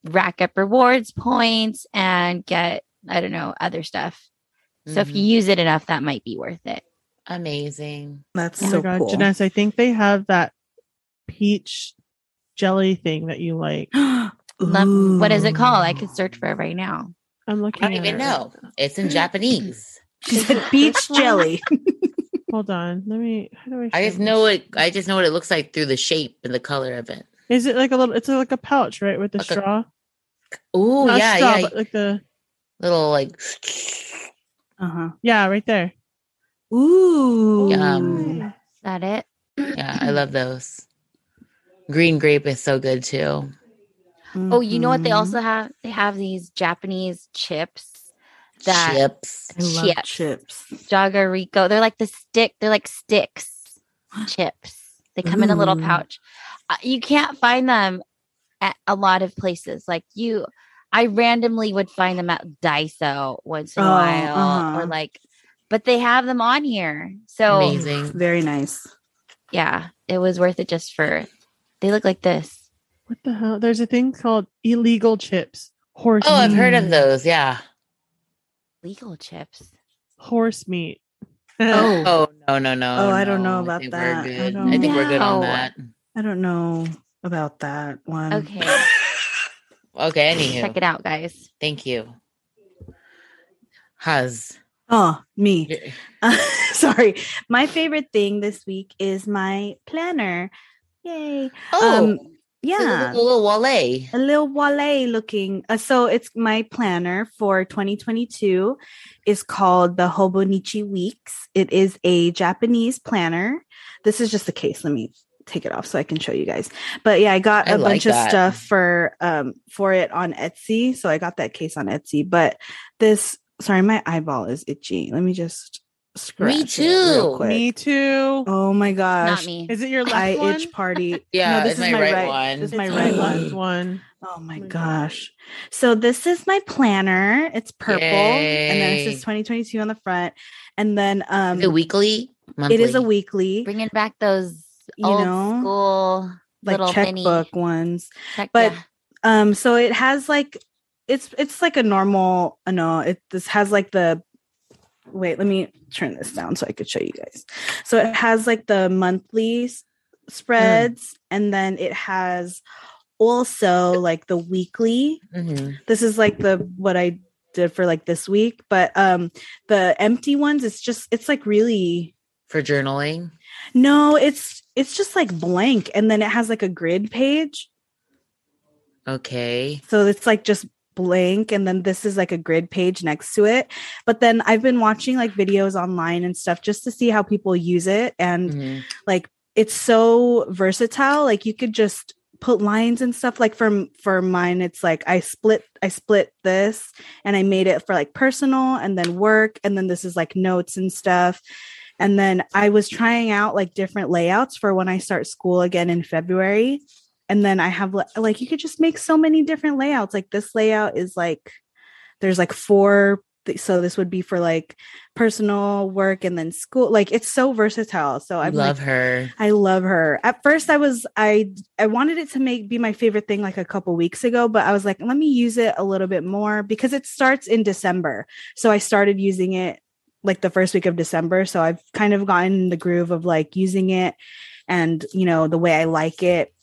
Speaker 3: rack up rewards points and get I don't know other stuff. So if
Speaker 2: Mhm.
Speaker 3: you
Speaker 1: Mm-hmm.
Speaker 3: use it enough, that might be worth it.
Speaker 2: Mm-hmm. amazing.
Speaker 4: That's
Speaker 1: oh
Speaker 4: so
Speaker 1: my god,
Speaker 4: cool.
Speaker 1: Janice, I think they have that peach jelly thing that you like.
Speaker 3: Lem- what is it called? I
Speaker 4: Ooh.
Speaker 3: could search for it right now.
Speaker 1: I'm looking.
Speaker 2: I don't
Speaker 1: at
Speaker 2: even
Speaker 1: it.
Speaker 2: know. It's in Japanese.
Speaker 4: She said beach jelly.
Speaker 1: Hold on. Let me. How do I?
Speaker 2: I
Speaker 1: show
Speaker 2: just
Speaker 1: this?
Speaker 2: know it. I just know what it looks like through the shape and the color of it.
Speaker 1: Is it like a little? It's like a pouch, right, with the
Speaker 2: Like a-
Speaker 1: straw.
Speaker 2: Oh
Speaker 1: Not
Speaker 2: yeah,
Speaker 1: straw,
Speaker 2: yeah.
Speaker 1: but like the
Speaker 2: Little like.
Speaker 3: Uh-huh.
Speaker 4: Uh
Speaker 1: yeah, right there.
Speaker 4: huh. Ooh. Um,
Speaker 2: Yum.
Speaker 3: Is that it?
Speaker 2: Yeah, I love those. Green grape is so good too.
Speaker 1: Mm-hmm.
Speaker 3: Oh, you know what? They
Speaker 4: Mhm.
Speaker 3: also have they have these Japanese chips That-
Speaker 2: Chips.
Speaker 4: I love
Speaker 3: chips.
Speaker 4: chips.
Speaker 3: Jagarico. They're like the stick. They're like sticks, chips. They come in a little
Speaker 4: Ooh.
Speaker 3: pouch. Uh, you can't find them at a lot of places. Like you, I randomly would find them at Daiso once in a
Speaker 4: Oh,
Speaker 3: while, or
Speaker 4: uh-huh.
Speaker 3: like, but they have them on here. So
Speaker 2: Amazing.
Speaker 4: Very nice.
Speaker 3: yeah, it was worth it just for. They look like this.
Speaker 1: What the hell? There's a thing called illegal chips. Horse.
Speaker 2: Oh, I've
Speaker 1: meat.
Speaker 2: heard of those. Yeah.
Speaker 3: Legal chips.
Speaker 1: horse meat.
Speaker 4: Oh.
Speaker 2: Oh no no no.
Speaker 4: Oh, I don't
Speaker 2: no.
Speaker 4: know about
Speaker 2: think
Speaker 4: that.
Speaker 2: We're
Speaker 4: I
Speaker 2: good. I,
Speaker 4: don't-
Speaker 2: think we're good on
Speaker 3: No.
Speaker 2: that.
Speaker 4: I don't know about that one.
Speaker 3: Oh, Okay,
Speaker 2: Okay.
Speaker 3: check
Speaker 2: Anywho,
Speaker 3: it out, guys.
Speaker 2: thank you. Huz.
Speaker 4: Oh, me.
Speaker 2: you're-
Speaker 4: sorry. My favorite thing this week is my planner. Yay.
Speaker 2: Oh,
Speaker 4: Um, Yeah.
Speaker 2: yeah. little wallet.
Speaker 4: a little wale looking. Uh, so it's my planner for 2022 is called the Hobonichi Weeks. It is a Japanese planner. This is just the case. Let me take it off so I can show you guys. But yeah, I got
Speaker 2: I
Speaker 4: a
Speaker 2: like
Speaker 4: bunch
Speaker 2: that.
Speaker 4: of stuff for um for it on Etsy. So I got that case on Etsy. But this sorry, my eyeball is itchy. Let me just scratch it real
Speaker 2: too.
Speaker 4: quick.
Speaker 1: Me too.
Speaker 4: Oh my
Speaker 3: Not
Speaker 4: gosh.
Speaker 3: me.
Speaker 1: Is it your left
Speaker 4: I
Speaker 1: one?
Speaker 4: itch party.
Speaker 2: Yeah,
Speaker 4: no, this
Speaker 2: it's
Speaker 4: is
Speaker 2: my
Speaker 4: my
Speaker 2: right
Speaker 4: right
Speaker 2: one.
Speaker 4: This is my
Speaker 1: It's
Speaker 4: right
Speaker 1: your
Speaker 4: one.
Speaker 1: left one.
Speaker 4: Oh my
Speaker 1: my
Speaker 4: gosh. So this is my planner. It's purple. And then it
Speaker 2: Yay.
Speaker 4: says 2022 on the front. And then um
Speaker 2: The weekly, monthly.
Speaker 4: it is a weekly,
Speaker 3: Bringing back those
Speaker 4: You
Speaker 3: old
Speaker 4: know,
Speaker 3: school
Speaker 4: like
Speaker 3: little mini-
Speaker 4: checkbook ones.
Speaker 3: check,
Speaker 4: But
Speaker 3: yeah.
Speaker 4: Um, so it has like it's it's like a normal uh, no, it this has like the wait, let me turn this down so I could show you guys. So it has like the monthly s- spreads, and then it has also like the weekly
Speaker 2: Mhm.
Speaker 4: this is like the what I did for like this week, but um the empty ones it's just it's like really
Speaker 2: for journaling.
Speaker 4: no, it's it's just like blank and then it has like a grid page.
Speaker 2: Okay.
Speaker 4: So it's like just blank and then this is like a grid page next to it. But then I've been watching like videos online and stuff just to see how people use it and
Speaker 2: Mhm.
Speaker 4: it's so versatile like you could just put lines and stuff like for for mine it's like i split i split this and i made it for like personal and then work and then this is like notes and stuff and then i was trying out like different layouts for when i start school again in february and then i have li- like you could just make so many different layouts like this layout is like there's like four th- so this would be for like personal work and then school like it's so versatile so Oh, i'm like
Speaker 2: Love her.
Speaker 4: I love her. At first I was I I wanted it to make be my favorite thing like a couple weeks ago, but I was like, let me use it a little bit more because it starts in December. So I started using it like the first week of December, so I've kind of gotten in the groove of like using it and, you know, the way I like it.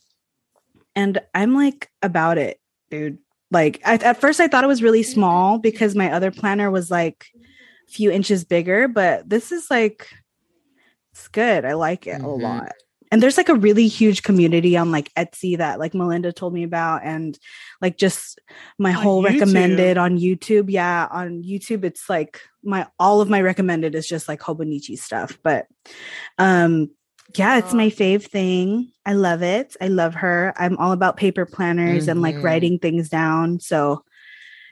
Speaker 4: And I'm like about it, dude. Like I, at first I thought it was really small because my other planner was like few inches bigger, but this is like it's good. I like it a
Speaker 2: Mhm.
Speaker 4: lot. And there's like a really huge community on like Etsy that like Melinda told me about and like just my
Speaker 1: On
Speaker 4: whole
Speaker 1: YouTube.
Speaker 4: recommended on YouTube. Yeah, on YouTube it's like my all of my recommended is just like Hobonichi stuff, but um yeah, it's my fave thing. I love it. I love her. I'm all about paper planners and like
Speaker 1: Mm-hmm.
Speaker 2: Mhm.
Speaker 4: writing things down. So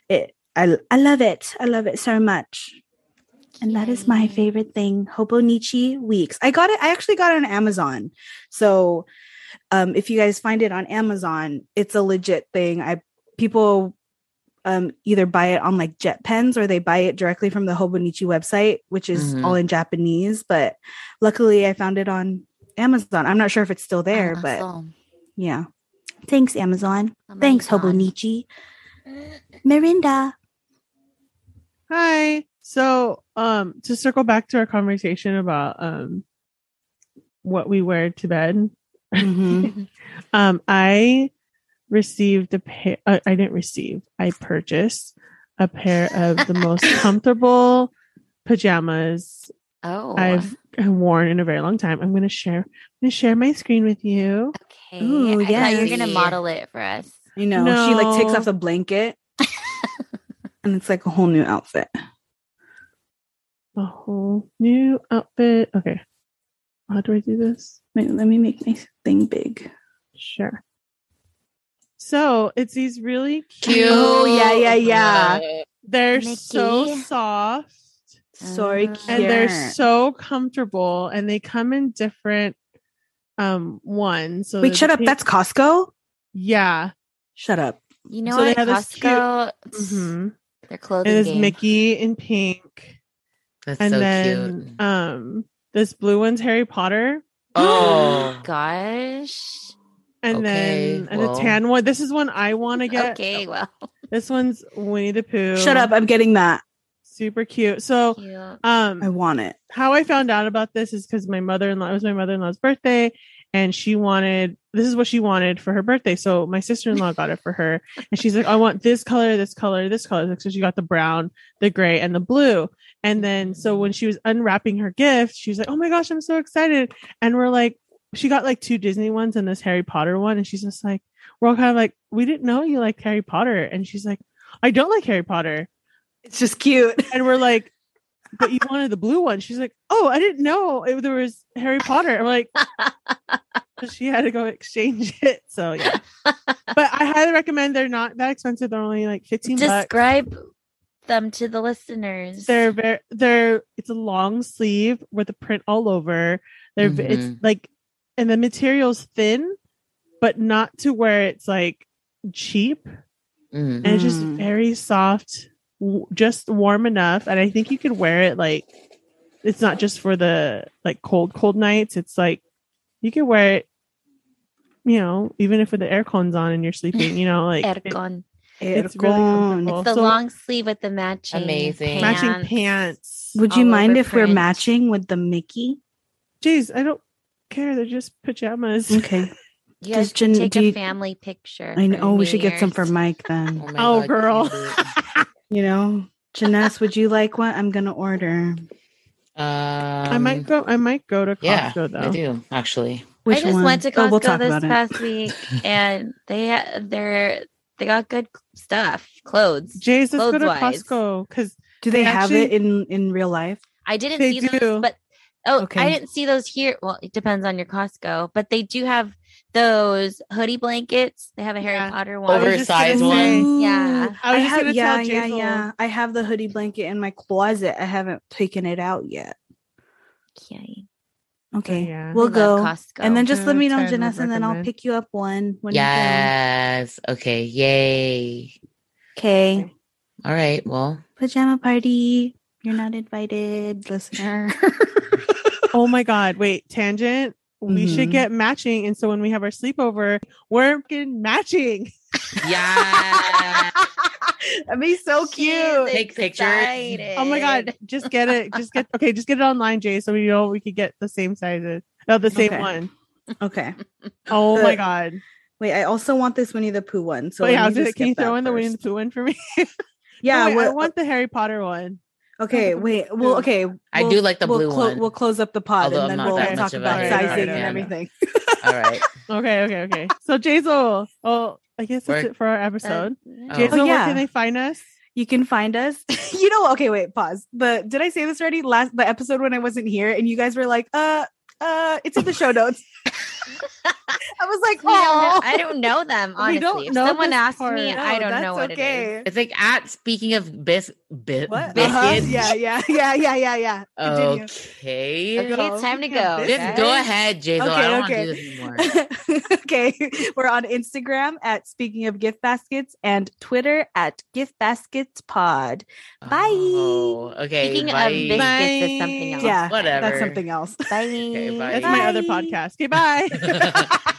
Speaker 4: it I I love it. I love it so much. And that is my
Speaker 3: Yay.
Speaker 4: favorite thing, Hobonichi Weeks. I got it. I actually got it on Amazon. So um, if you guys find it on Amazon, it's a legit thing. I people um, either buy it on like jet pens or they buy it directly from the Hobonichi website, which is
Speaker 3: Mm-hmm.
Speaker 2: Mhm.
Speaker 4: all in Japanese. But luckily, I found it on Amazon. I'm not sure if it's still there, but
Speaker 3: Awesome.
Speaker 4: yeah. Thanks, Amazon.
Speaker 3: Amazon.
Speaker 4: Thanks, Hobonichi. Mirinda.
Speaker 1: Hi. So, um, to circle back to our conversation about um what we wear to bed,
Speaker 4: Mhm.
Speaker 1: um, I received a pair. Uh, I didn't receive. I purchased a pair of the most comfortable pajamas
Speaker 3: Oh,
Speaker 1: I've worn in a very long time. I'm gonna share. I'm gonna share my screen with you.
Speaker 3: okay.
Speaker 4: Ooh,
Speaker 3: I thought you were gonna
Speaker 2: yes.
Speaker 3: model it for us.
Speaker 4: You know, she like takes
Speaker 1: No.
Speaker 4: off the blanket and it's like a whole new outfit.
Speaker 1: A whole new outfit. Okay. How do I do this?
Speaker 4: Wait, let me make my thing big.
Speaker 1: Sure. So it's these really cute.
Speaker 2: Cute.
Speaker 4: Oh, yeah, yeah, yeah.
Speaker 2: Uh,
Speaker 1: They're so
Speaker 3: Mickey.
Speaker 1: soft
Speaker 4: So
Speaker 3: Uh,
Speaker 4: cute.
Speaker 1: and they're so comfortable and they come in different um ones. So
Speaker 4: Wait, shut up. That's Costco?
Speaker 1: yeah.
Speaker 4: Shut up.
Speaker 3: You know
Speaker 1: So they
Speaker 3: what?
Speaker 1: have this cute-
Speaker 3: Costco,
Speaker 4: Mm-hmm.
Speaker 2: Mm-hmm.
Speaker 1: hmm
Speaker 3: their clothing
Speaker 1: It is
Speaker 3: game.
Speaker 1: Mickey in pink.
Speaker 2: That's
Speaker 1: and
Speaker 2: so
Speaker 1: then
Speaker 2: cute.
Speaker 1: um this blue one's Harry Potter.
Speaker 2: Oh,
Speaker 3: gosh.
Speaker 1: And
Speaker 2: Okay,
Speaker 1: then and
Speaker 2: well.
Speaker 1: the tan one. This is one I want to get.
Speaker 3: Okay, well,
Speaker 1: This one's Winnie the Pooh.
Speaker 4: Shut up. I'm getting that.
Speaker 1: Super cute. So
Speaker 3: cute.
Speaker 1: um
Speaker 4: I want it.
Speaker 1: how I found out about this is because my mother in law it was my mother in law's birthday, and she wanted this is what she wanted for her birthday. So my sister in law got it for her, and she's like, "I want this color, this color, this color." So she got the brown, the gray, and the blue. And then so when she was unwrapping her gift, she was like, "Oh my gosh, I'm so excited!" And we're like, she got like two Disney ones and this Harry Potter one, and she's just like, we're all kind of like, "We didn't know you liked Harry Potter," and she's like, "I don't like Harry Potter."
Speaker 4: It's just cute.
Speaker 1: and we're like, but you wanted the blue one. She's like, oh, I didn't know it, there was Harry Potter. I'm like, so she had to go exchange it. So yeah, but I highly recommend. They're not that expensive. They're only like fifteen bucks.
Speaker 3: Describe them to the listeners.
Speaker 1: They're very they're it's a long sleeve with a print all over. They're v it's like, and the material's thin, but not to where it's like cheap.
Speaker 2: mm.
Speaker 1: and it's just
Speaker 4: Mm.
Speaker 1: very soft w- just warm enough and i think you could wear it like it's not just for the like cold cold nights it's like you could wear it you know even if with the aircon's on and you're sleeping you know like it-
Speaker 3: Ergon.
Speaker 1: it's really comfortable
Speaker 3: It's the
Speaker 1: So,
Speaker 3: long sleeve with the matching.
Speaker 2: Amazing.
Speaker 1: matching pants
Speaker 4: Would you
Speaker 3: all
Speaker 4: mind
Speaker 3: over
Speaker 4: if we're
Speaker 3: print.
Speaker 4: matching with the Mickey?
Speaker 1: jeez i don't care they're just pajamas
Speaker 4: Okay.
Speaker 3: You
Speaker 4: Does
Speaker 3: guys can
Speaker 4: Jen-
Speaker 3: take
Speaker 4: do
Speaker 3: a
Speaker 4: you-
Speaker 3: family picture.
Speaker 4: I
Speaker 3: for
Speaker 4: know. Oh,
Speaker 3: New
Speaker 4: we should get some
Speaker 3: Year's.
Speaker 4: for Mike then.
Speaker 2: my
Speaker 1: oh
Speaker 2: God,
Speaker 1: girl
Speaker 2: can you do
Speaker 4: You know, Janess, would you like one? I'm going to order.
Speaker 2: it? Um,
Speaker 1: i might go i might go to costco
Speaker 2: Yeah, I
Speaker 1: though
Speaker 2: do actually.
Speaker 4: Which
Speaker 3: I just
Speaker 4: one?
Speaker 3: went to Costco
Speaker 4: Oh, we'll talk
Speaker 3: this
Speaker 4: about it.
Speaker 3: past week, and they ha- they're they got good stuff, clothes.
Speaker 1: jays let's go to
Speaker 3: Clothes-wise.
Speaker 1: costco because
Speaker 4: Do they
Speaker 1: They
Speaker 4: have
Speaker 1: actually-
Speaker 4: it in in real life?
Speaker 3: I didn't
Speaker 1: They
Speaker 3: see
Speaker 1: do.
Speaker 3: those, but oh,
Speaker 4: Okay.
Speaker 3: I didn't see those here. Well, it depends on your Costco, but they do have those hoodie blankets. They have a Harry
Speaker 1: Yeah.
Speaker 3: Potter one.
Speaker 1: I was just gonna
Speaker 2: Oversized
Speaker 1: say-
Speaker 2: one.
Speaker 3: Yeah.
Speaker 1: I was just
Speaker 4: have,
Speaker 1: gonna
Speaker 4: yeah,
Speaker 1: tell
Speaker 4: yeah,
Speaker 1: Jaisal.
Speaker 4: yeah. I have the hoodie blanket in my closet. I haven't taken it out yet.
Speaker 3: Okay.
Speaker 4: Okay,
Speaker 1: yeah.
Speaker 4: we'll
Speaker 3: I love
Speaker 4: go.
Speaker 3: Costco.
Speaker 4: And then just let
Speaker 1: Who
Speaker 4: me know,
Speaker 1: Ted would
Speaker 4: Janessa, and then I'll
Speaker 1: recommend?
Speaker 4: pick you up one. When
Speaker 2: Yes. Okay. Yay.
Speaker 4: You okay.
Speaker 2: All right. Well.
Speaker 4: Pajama party. You're not invited, listener.
Speaker 1: Oh my god, wait, tangent. We should
Speaker 4: Mhm.
Speaker 1: get matching. And so when we have our sleepover, we're getting matching.
Speaker 2: Yeah.
Speaker 4: That'd be so
Speaker 3: She's
Speaker 2: Take pictures.
Speaker 3: excited.
Speaker 1: Oh my god, just get it. Just get okay, just get it online, Jay, so we know we could get the same sizes. No, the same
Speaker 4: Okay.
Speaker 1: one.
Speaker 4: Okay.
Speaker 1: Oh my
Speaker 4: Good.
Speaker 1: god.
Speaker 4: Wait, I also want this Winnie the Pooh one. So
Speaker 1: wait,
Speaker 4: let
Speaker 1: I
Speaker 4: me
Speaker 1: was gonna-
Speaker 4: just
Speaker 1: can
Speaker 4: get
Speaker 1: you
Speaker 4: that
Speaker 1: throw in the Winnie the
Speaker 4: first.
Speaker 1: Pooh one for me?
Speaker 4: Yeah.
Speaker 1: Wait, I
Speaker 4: what-
Speaker 1: want the Harry Potter one.
Speaker 4: Okay, wait. Well, okay.
Speaker 2: I
Speaker 4: we'll-
Speaker 2: do like the
Speaker 4: we'll
Speaker 2: blue one.
Speaker 4: We'll close up the pod
Speaker 2: Although I'm
Speaker 4: and then
Speaker 2: not
Speaker 4: we'll
Speaker 1: that
Speaker 4: talk
Speaker 2: much of a
Speaker 4: about
Speaker 1: hater,
Speaker 4: sizing
Speaker 1: yeah,
Speaker 4: and
Speaker 1: yeah.
Speaker 4: everything.
Speaker 2: All right.
Speaker 1: Okay, okay, okay. So Jazel, oh, I guess that's
Speaker 2: Where-
Speaker 1: it for our episode.
Speaker 2: Oh.
Speaker 1: Jazel, where
Speaker 4: Uh, yeah.
Speaker 1: can they find us?
Speaker 4: You can find us. you know, okay, wait, pause. The did I say this already? Last the episode when I wasn't here and you guys were like, uh, uh, it's in the show notes. I was like,
Speaker 3: We don't know-
Speaker 4: oh,
Speaker 3: I don't know them, honestly.
Speaker 1: We don't
Speaker 3: if
Speaker 1: know
Speaker 3: someone
Speaker 1: this
Speaker 3: asked
Speaker 1: part.
Speaker 3: me,
Speaker 1: No,
Speaker 3: I don't know what it is.
Speaker 2: It's like at speaking of bis bi-
Speaker 4: What?
Speaker 2: biscuits.
Speaker 4: Uh-huh. Yeah, yeah, yeah, yeah, yeah, yeah. Continue.
Speaker 2: Okay.
Speaker 3: Okay, it's time to
Speaker 4: Speaking
Speaker 3: go.
Speaker 4: of this-
Speaker 2: Just
Speaker 3: guys.
Speaker 2: go ahead, Jazel. I
Speaker 4: Okay,
Speaker 2: don't
Speaker 4: okay.
Speaker 2: want to do this anymore.
Speaker 4: okay, we're on Instagram at Speaking of Gift Baskets and Twitter at Gift Baskets Pod. Bye.
Speaker 2: Oh, okay.
Speaker 3: Speaking
Speaker 2: bye.
Speaker 3: of biscuits, is something else.
Speaker 4: Yeah,
Speaker 2: Whatever.
Speaker 4: That's something else.
Speaker 3: Bye.
Speaker 2: Okay, bye.
Speaker 1: That's my other
Speaker 4: Bye.
Speaker 1: podcast. Okay, bye.